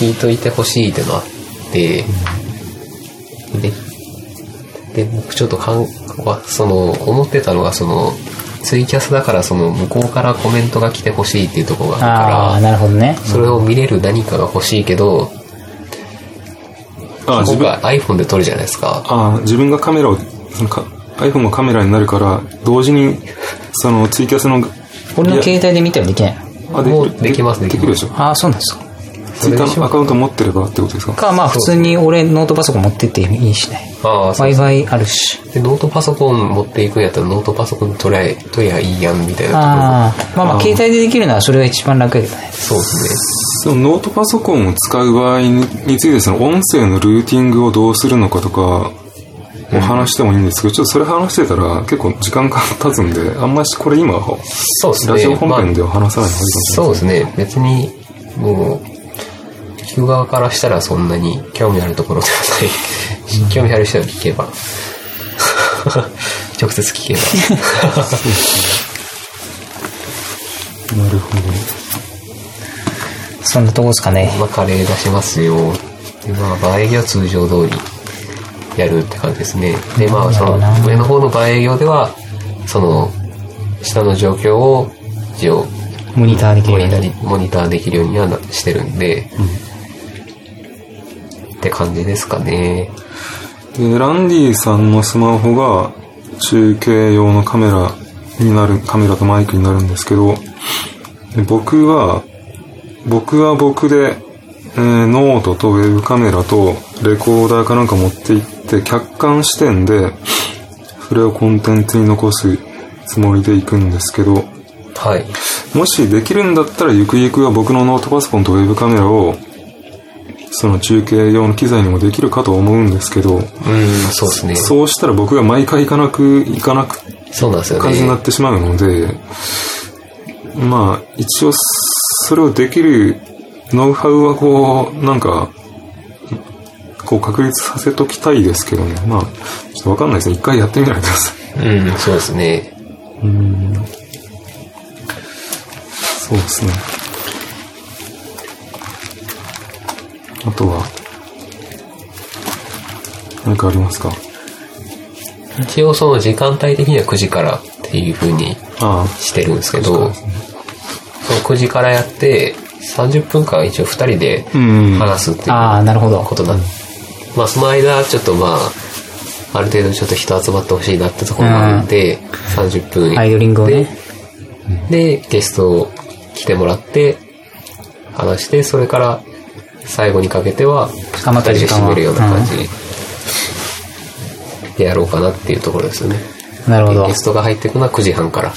聞いといてほしいってのあって、で、で、僕ちょっとかん、わその、思ってたのが、その、ツイキャスだから、その、向こうからコメントが来てほしいっていうところが
あ
あ
あ、
るか
なるほどね。
ら、それを見れる何かが欲しいけど、
あ自
僕
分
は iPhone で撮るじゃないですか。
ああ自分がカメラをそのか iPhone がカメラになるから同時にそのツイキャスの
俺の携帯で見てもできないの
あ
もうできます
で
できます
きるでしょ
ああ、そうなんですか。
ツイッターのアカウント持ってればってことですか
か、まあ普通に俺ノートパソコン持ってっていいしね。
ああ、そう
Wi-Fi あるし。
で、ノートパソコン持っていくんやったら、ノートパソコン取りゃ、取りゃいいやん、みたいな
ああ、まあまあ携帯でできるのはそれが一番楽やけどね
と。ころ。そうです
そのノートパソコンを使う場合にについてその音声のルーティングをどうするのかとかお話してもいいんですけど、ちょっとそれ話してたら結構時間が経つんで、あんましこれ今、
ね。そうですね。
ラジオ本
まあ
編では話さない方がいいかも
そうですね。別に、もう、聞く側からしたらそんなに興味あるところではない。興味ある人は聞けば。 直接聞けば。
しれない。なるほど。
そんなとこですかね。
まあ、カレー出しますよ。で、まあ、場営業は通常通りやるって感じですね。で、まあ、その、上の方の場営業では、その、下の状況を、一応、
モニターでき
モ
る
ニ
よう
タ
に
ーにモニターできるようにはなしてるんで、って感じですかね。
で、ランディさんのスマホが中継用のカメラになる、カメラとマイクになるんですけど、で僕は、僕は僕で、えーノートとウェブカメラとレコーダーかなんか持って行って、客観視点で、それをコンテンツに残すつもりで行くんですけど、
はい。
もしできるんだったらゆくゆくは僕のノートパソコンとウェブカメラをその中継用の機材にもできるかと思うんですけど、
うん、そうですね。
そうしたら僕が毎回行かなく、行かなく
そうなんですよ
感じにな
ね
っ。てしまうので、まあ、一応、それをできるノウハウはこう、なんか、こう確立させときたいですけどね。まあ、ちょっとわかんないですね。一回やってみないと です。
うん、そうですね。
そうですね。あとは、何かありますか
一応その時間帯的には9時からっていう風に
あ
してるんですけど、その9時からやって、30分間一応2人で
うん
話すっていう
ああ、なるほど。
ことな、まあその間、ちょっとまあ、ある程度ちょっと人集まってほしいなってところがあるんで、30分
アイドリングをね。
で、ゲストを来てもらって、話して、それから最後にかけては、
あまた
二
時
人で
間は
締めるような感じでやろうかなっていうところですよね。
なるほど
ゲ。ストが入ってくのは9時半から。
あ。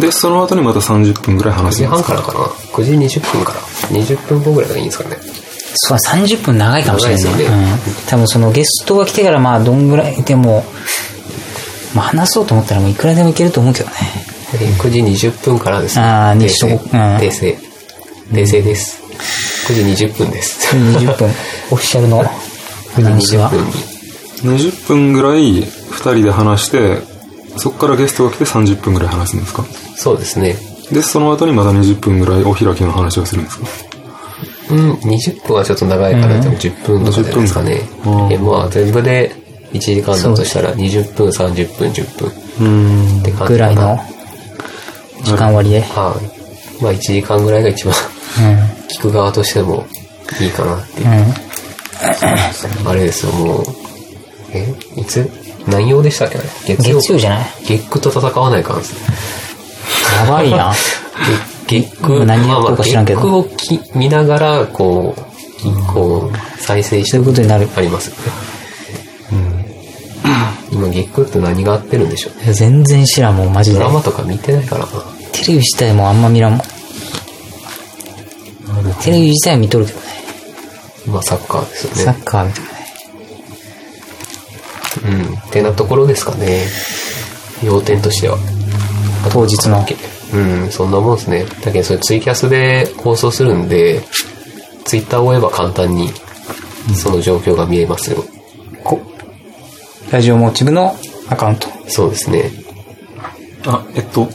で、その後にまた30分ぐらい
9
話す
時
んで
半
す
からかな ?9 時20分から。20分後ぐらいがいいんですかね。
そう、30分長いかもしれない
長い
ね。
ですよ
う
ね
ん。多分そのゲストが来てからまあどんぐらいでも、まあ話そうと思ったらもういくらでもいけると思うけどね。
で9時20分からですね。
あー
訂
にしと
正。
こうん
訂正。訂正です。9時20分です。
20分、 オフィシャルのアナウンスは。
分に。
20分ぐらい2人で話して、そこからゲストが来て30分ぐらい話すんですか
そうですね。
で、その後にまた20分ぐらいお開きの話をするんですか
うん、20分はちょっと長いから、でも10分とかじゃないですかね
10分。
えまあ全部で1時間だとしたら20分、30分、10分
うー
っ。
ん
て感じかな。
ぐらいの時間割で。
はい。まあ1時間ぐらいが一番 聞く側としてもいいかなっていう。
うん。うん。
あれですよ、もう。えいつ何曜でしたっけあれ月曜。
月曜じゃない
月9と戦わないかんですね。
やばいな。
月月9、
何
ま
曜
あまあ
か知らんけ
月
ど
9をき見ながら、こう、こう、再生して
そういうことになる。
ありますよね。今、ゲックって何が合ってるんでしょうね。
いや 全然知らんもん、マジ
ド
で
ラ。マとか見てないからな。
テレビ自体もあんま見らんもん。テレビ自体は見とるけどね。
まあ、サッカーです
サ
よね
ッ。カーみたいなね。
うん。ってなところですかね。要点としては。
当日の。
うん、そんなもんですね。だけど、それツイキャスで放送するんで、ツイッターを追えば簡単に、その状況が見えますよ。
こラジオモーチブのアカウント。
そうですね。
あ、えっと、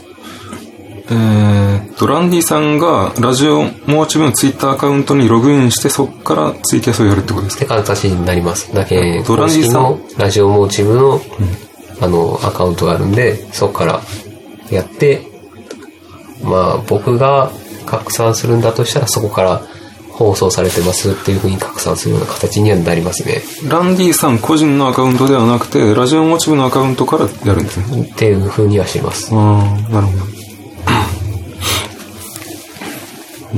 えーっと、ランディさんがラジオモーチブのツイッターアカウントにログインして、そこからツイキャスをやるってことです
っ
か
て形になります。だけ
ドラ
公
ジ
式
さん
のラジオモーチブの、あの、アカウントがあるんで、そこからやって、まあ、僕が拡散するんだとしたら、そこから放送されてますっていう風に拡散するような形にはなりますね。
ランディさん個人のアカウントではなくて、ラジオモーチブのアカウントからやるんですね。
っていう風にはしてます。
ああ、なるほど。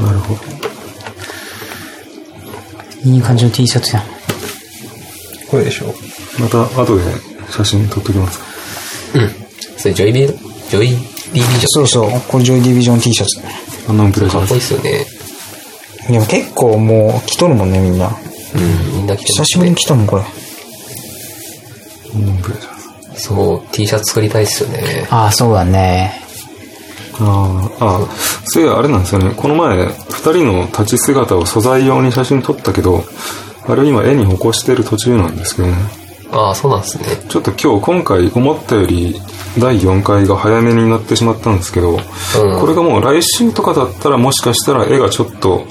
なるほど。
いい感じの T シャツやん。
これでしょ
また後で写真撮っときますか。
うん。それ、ジョイビジョイビビジョ
うそう。これジョイディビジョン T シャツ。
アンノンプレ
ン。
ジャ
かっ
ー
こいいっすよね。
でも結構もう着とるもんね、みんな。
うん、みんな着てますね。
着たもん、これ。
アンノンプレジャー
そう、T シャツ作りたいっすよね。
ああ、そうだね。
あーあー、そういや、あれなんですよね。この前、二人の立ち姿を素材用に写真撮ったけど、あれを今絵に起こしてる途中なんですけどね。
ああ、そうなんですね。
ちょっと今日、今回思ったより第4回が早めになってしまったんですけど、これがもう来週とかだったらもしかしたら絵がちょっと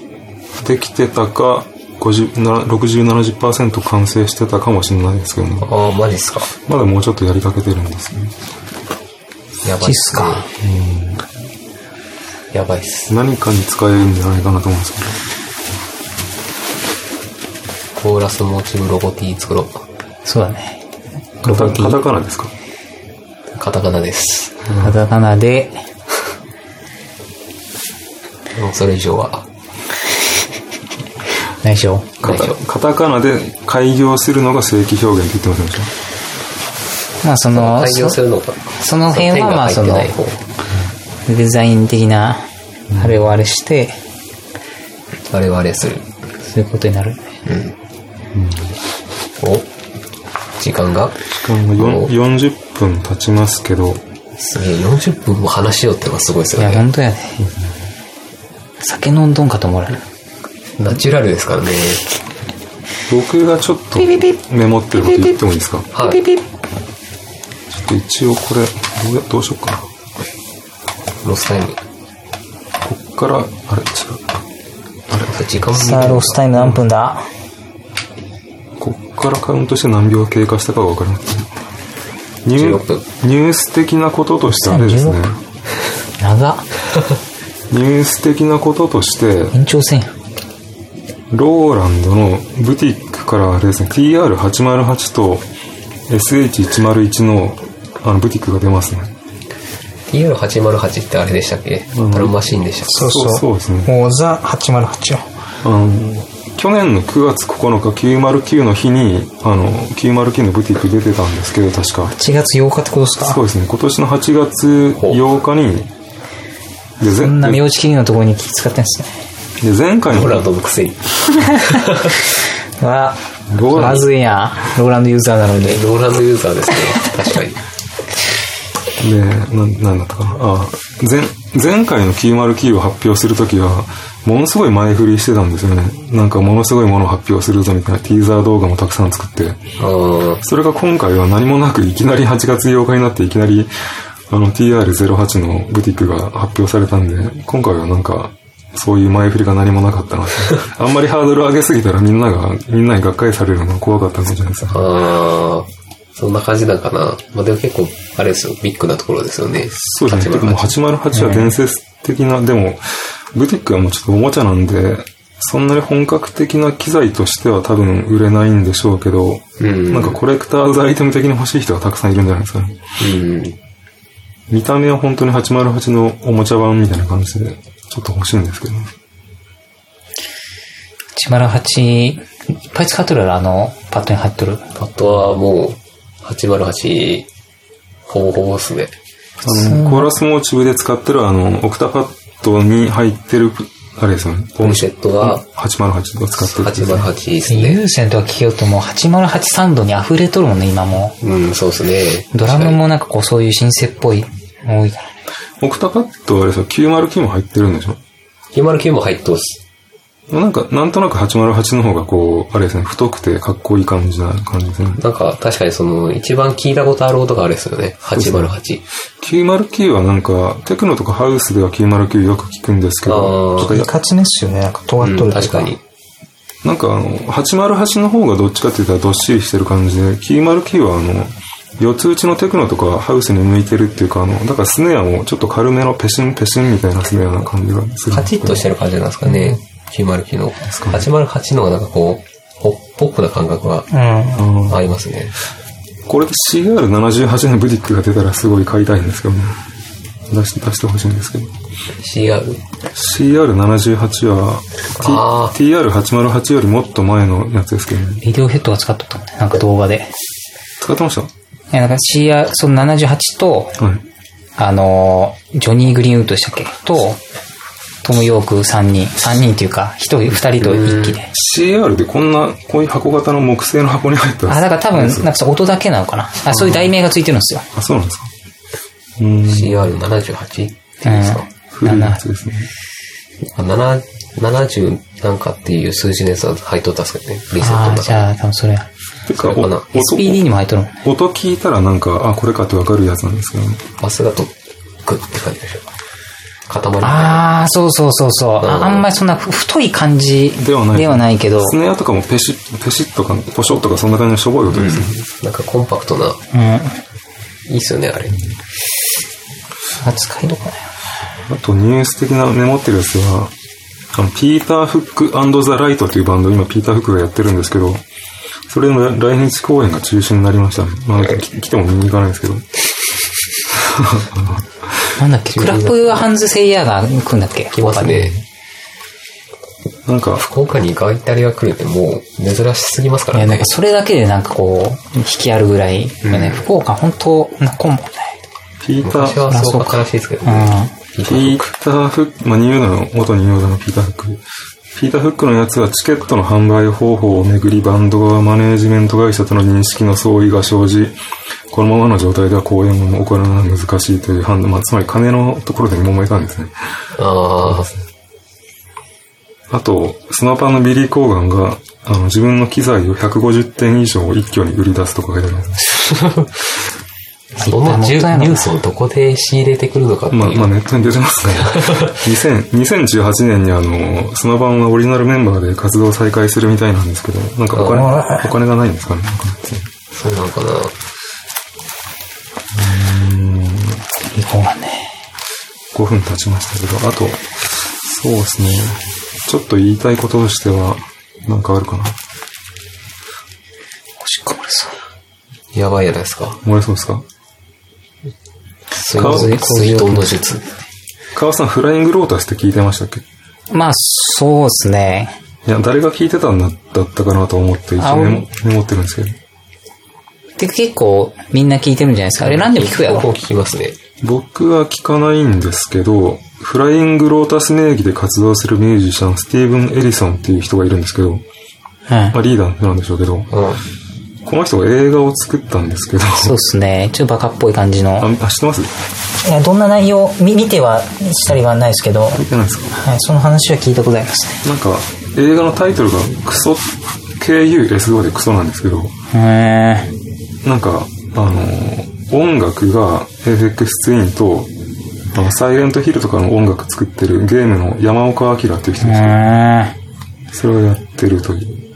できてたか、50な60、70%完成してたかもしれないですけどね。
ああ、マジっすか。
まだもうちょっとやりかけてるんですね。
やばいっすね。やばいっす。
何かに使えるんじゃないかなと思うんですけど。
コーラスモチーフロゴ T 作ろう。
そうだね。
カタカタカナですか
カタカナです。
カタカナで、
もうそれ以上は。
内緒。
カ
内
タ
緒
カタカナで開業するのが正規表現って言ってませんでし
まあその、
開業す
そ
るのか。
その辺はまあその
点が入ってない方
デザイン的な、あれをあれして、
我々する。
そういうことになる。
お時間が
た時間がよん40分経ちますけど、
すげえ、40分も話しようってのはすごいです
い
よ
や、
ね。
本当やで。酒飲んどんかと思われる。
ナチュラルですからね。
僕がちょっとメモってること言ってもいいですか
はい。
ちょっと一応これ、どうやどうしようかな。こ
ロスタイム。
っから、あれ、違う。
時間
さあ、ロ
も
スタイム何分だ
こっからカウントして何秒経過したかがわかりますニュ
16分
ーニュース的なこととしてあれですね。
長っ。
ニュース的なこととして、
延長戦や。
ローランドのブティックからあれですね、TR808 と SH101 のあのブティックが出ますね。
TR808 ってあれでしたっけ
うん
タルマシンでしたっけ
そうそうそうですね。
もうザ808よ。
あの去年の9月9日909の日にあの909のブティック出てたんですけど確か
1月8日ってことです
そ
か
うですね今年の8月8日にで
こ
ぜ
んな
で
名字切りのところに気使ってんですね。
で前回の
ローランドのくせに。
わ
ローラン
まずいやん。ローランドユーザーなのに。
ローランドユーザーですね。確かに。
でななんだったかなあ前前回の909を発表するときはものすごい前振りしてたんですよねなんかものすごいものを発表するぞみたいなティーザー動画もたくさん作って
あー
それが今回は何もなくいきなり8月8日になっていきなりあの TR08 のブティックが発表されたんで、今回はなんかそういう前振りが何もなかったなって。あんまりハードル上げすぎたらみんなが、みんなにがっかりされるのが怖かったんじゃないですか。
あーそんな感じなんかな。まあ、でも結構、あれですよ、ビッグなところですよね。
そうですね。てかもう808は伝説的な、でも、ブティックはもうちょっとおもちゃなんで、そんなに本格的な機材としては多分売れないんでしょうけど、
うん
なんかコレクターズアイテム的に欲しい人がたくさんいるんじゃないですかね。
うん。
見た目は本当に808のおもちゃ版みたいな感じで、ちょっと欲しいんですけどね。
108、いっぱい使っとるやろ、あの、パッドに入っとる。
あとはもう、808、ほぼほぼっすね。
あの、コーラスモーチブで使ってるあの、オクタパッドに入ってる、あれですよね。
コンセットが
808を使ってる。
808ですね。
有線とか聞きよっても、808サウンドに溢れとるもんね、今も。
うん、そうっすね。
ドラムもなんかこう、そういうシンセっぽい、多いからね。
オクタパッドはあれですよ、909も入ってるんでしょ
909も入っとうし。
なんか、なんとなく808の方がこう、あれですね、太くてかっこいい感じな感じですね。
なんか、確かにその、一番聞いたことある音があれですよね。808。
909はなんか、テクノとかハウスでは909よく聞くんですけ
あ
ど、
ー
ちょっとや
いかちめっすよね。なんか尖っと
うん、
るという
確かに。
なんかあの、808の方がどっちかって言ったらどっしりしてる感じで、909はあの、四つ打ちのテクノとかハウスに向いてるっていうか、あの、だからスネアもちょっと軽めのペシンペシンみたいなスネアな感じがする。
カチッとしてる感じなんですかね。909の。808のがなんかこう、ポポップな感覚が
うん
ありますね。
これで CR78 のブディックが出たらすごい買いたいんですけどね。出して、出してほしいんですけど。
CR。
CR78 は
あ
T- TR808 よりもっと前のやつですけどね。
ビデオヘッドが使っとったもんね、なんか動画で。
使ってまし
いや、なんか CR、その78と、
たはい。
あのー、ジョニー・グリーンウッドでしたっけと、トム・ヨーク3人、3人っていうか、1人、2人と一気で。
CR でこんな、こういう箱型の木製の箱に入った
あ、だから多分、なん
あ、
かそう音だけなのかな。あ、そういう題名がついてるんですよ。
そうなんですか。うーん。
CR78?
うん。
古いやつですね。
7 70なんかっていう数字のやつは入っとったんですけどね。リセッ
あ
ト
あ、
だ
じ
から。
ゃあ多分それや。
てか、お
そうかな
音、
SPD にも入っとるもんね。
音聞いたらなんか、あ、これかってわかるやつなんですけどね。
バスだと、グッて感じでしょ。塊みたいな。
ああ、そうそうそうそう。
うん
ああんまりそんなふ太い感じ
ではない
ではないけど、
スネアとかもペシッ、ペシッとか、ポショッとかそんな感じのしょぼい音ですね。
なんかコンパクトな、
うん。
いいっすよね、あれ。
扱いどこだよ。
あとニュース的なメモってるやつは、あの、ピーター・フックザ・ライトっていうバンド、今ピーター・フックがやってるんですけど、それの来日公演が中止になりました。まあ、き来ても見に行かないんですけど。
なんだっけ、クラップハンズ・セイヤーが来るんだっけ
来ますね。
なんか、
福岡にガイタリが来るってもう珍しすぎますか
いや、
ら
なん
ね
か。それだけでなんかこう、引きあるぐらい。ね、福岡本当なコンボね。
ピータ
昔
ー、
はそうか悲しいですけど
う
ね。
ん。
ピーター・フック、まあ、ニューヨークの、元ニューヨークのピーター・フック。ピーター・フックのやつはチケットの販売方法をめぐりバンド側マネージメント会社との認識の相違が生じ、このままの状態では公演を行うのは難しいという判断、まあ、つまり金のところで揉めたんですね。
ああ、
あと、スノーパンのビリー・コーガンが、あの、自分の機材を150点以上を一挙に売り出すとか書いてあります。
そのじゅニュースをどこで仕入れてくるのかって
まあ、
い
まあ、
う。
ネットに出て ますね。2000 2018年にあの、スノバンはオリジナルメンバーで活動を再開するみたいなんですけど、なんかお金、
あ
お金がないんですかね。なんか
そうなのかな。
いい子がね。
5分経ちましたけど、あと、そうですね。ちょっと言いたいこととしては、なんかあるかな。
おしっこ漏れそう。
やばいじゃないですか。
漏れそうですか
水
顔
水水道の術。
川さん、フライングロータスって聞いてましたっけ
まあ、そうですね。
いや、誰が聞いてたんだだったかなと思って、一応メモメモってるんですけど。
で、結構みんな聞いてるんじゃないですか。あれ何でも聞くや
ここ
ろ。
聞きますね。
僕は聞かないんですけど、フライングロータス名義で活動するミュージシャン、スティーブン・エリソンっていう人がいるんですけど、
うん
ま。あリーダーなんでしょうけど、
うん。
この人が映画を作ったんですけど、
そうですね。ちょっとバカっぽい感じ
あ
の。
あ、知ってます
いやどんな内容み見てはしたりはないですけど、は
見てないですか
い、その話は聞いたことありますね
なんか、映画のタイトルがクソ、KUSO でクソなんですけど、
へ
なんか、あのー音楽が FX ツインと、あのサイレントヒルとかの音楽作ってるゲームの山岡明っていう人
ー。
です
へ
それをやってるという。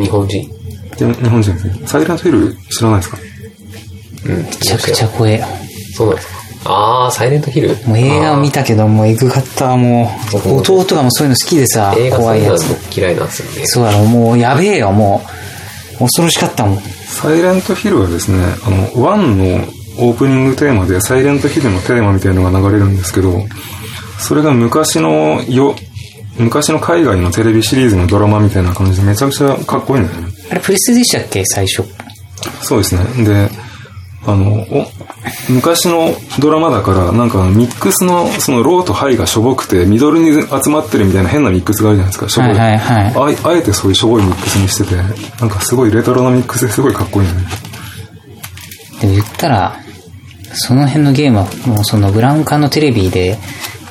日本人。
で日本人ですね。サイレントヒル知らないですか
うん。め
めちゃくちゃ怖え。
そうなんですか。ああ、サイレントヒル
もう映画を見たけど、もうエグかった。も
僕
う、
も
弟がもうそういうの好きでさ
あー、映画そ
怖
う
い
いう
や
の
つ。
僕嫌いなんですよね。
そうだろ、もうやべえよ、もう。恐ろしかったもん。
サイレントヒルはですね、あの、ワンのオープニングテーマで、サイレントヒルのテーマみたいのが流れるんですけど、それが昔のよ、昔の海外のテレビシリーズのドラマみたいな感じでめちゃくちゃかっこいいんですよね。
あれ、プレステでしたっけ最初。
そうですね。で、あの、お昔のドラマだから、なんかミックスの、そのローとハイがしょぼくて、ミドルに集まってるみたいな変なミックスがあるじゃないですか、しょぼ
はいはいはい。
あいあえてそういうしょぼいミックスにしてて、なんかすごいレトロなミックスですごいかっこいいね。
でも言ったら、その辺のゲームは、もうそのブラウン管のテレビで、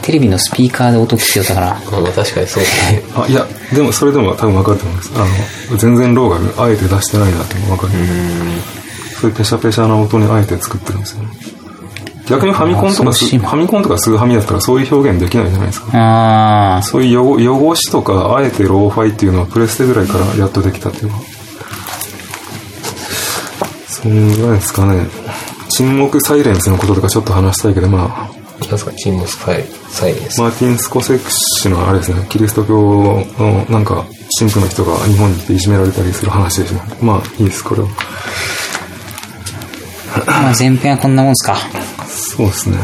テレビのスピーカーで音聞きよったから、
まあ確かにそうですね。
あ、いや、でもそれでも多分わかると思います。あの、全然ローがあえて出してないなってわかる。そういうペシャペシャな音にあえて作ってるんですよね。逆にファミコンと
あ恐
か
ろ
ス、
しい
フ
な
ァミコンとかスーハミだったらそういう表現できないじゃないですか。
あー、
そういう汚汚しとか、あえてローファイっていうのはプレステぐらいからやっとできたっていうか。そんぐらいですかね。沈黙サイレンスのこととかちょっと話したいけど、まあ、
いきますか、沈黙サイサイレンス。
マーティン・スコセック氏のあれですね、キリスト教のなんか、神父の人が日本に来ていじめられたりする話ですね。まあ、いいです、これは。
まあ前編はこんなもんすか。
そうですね。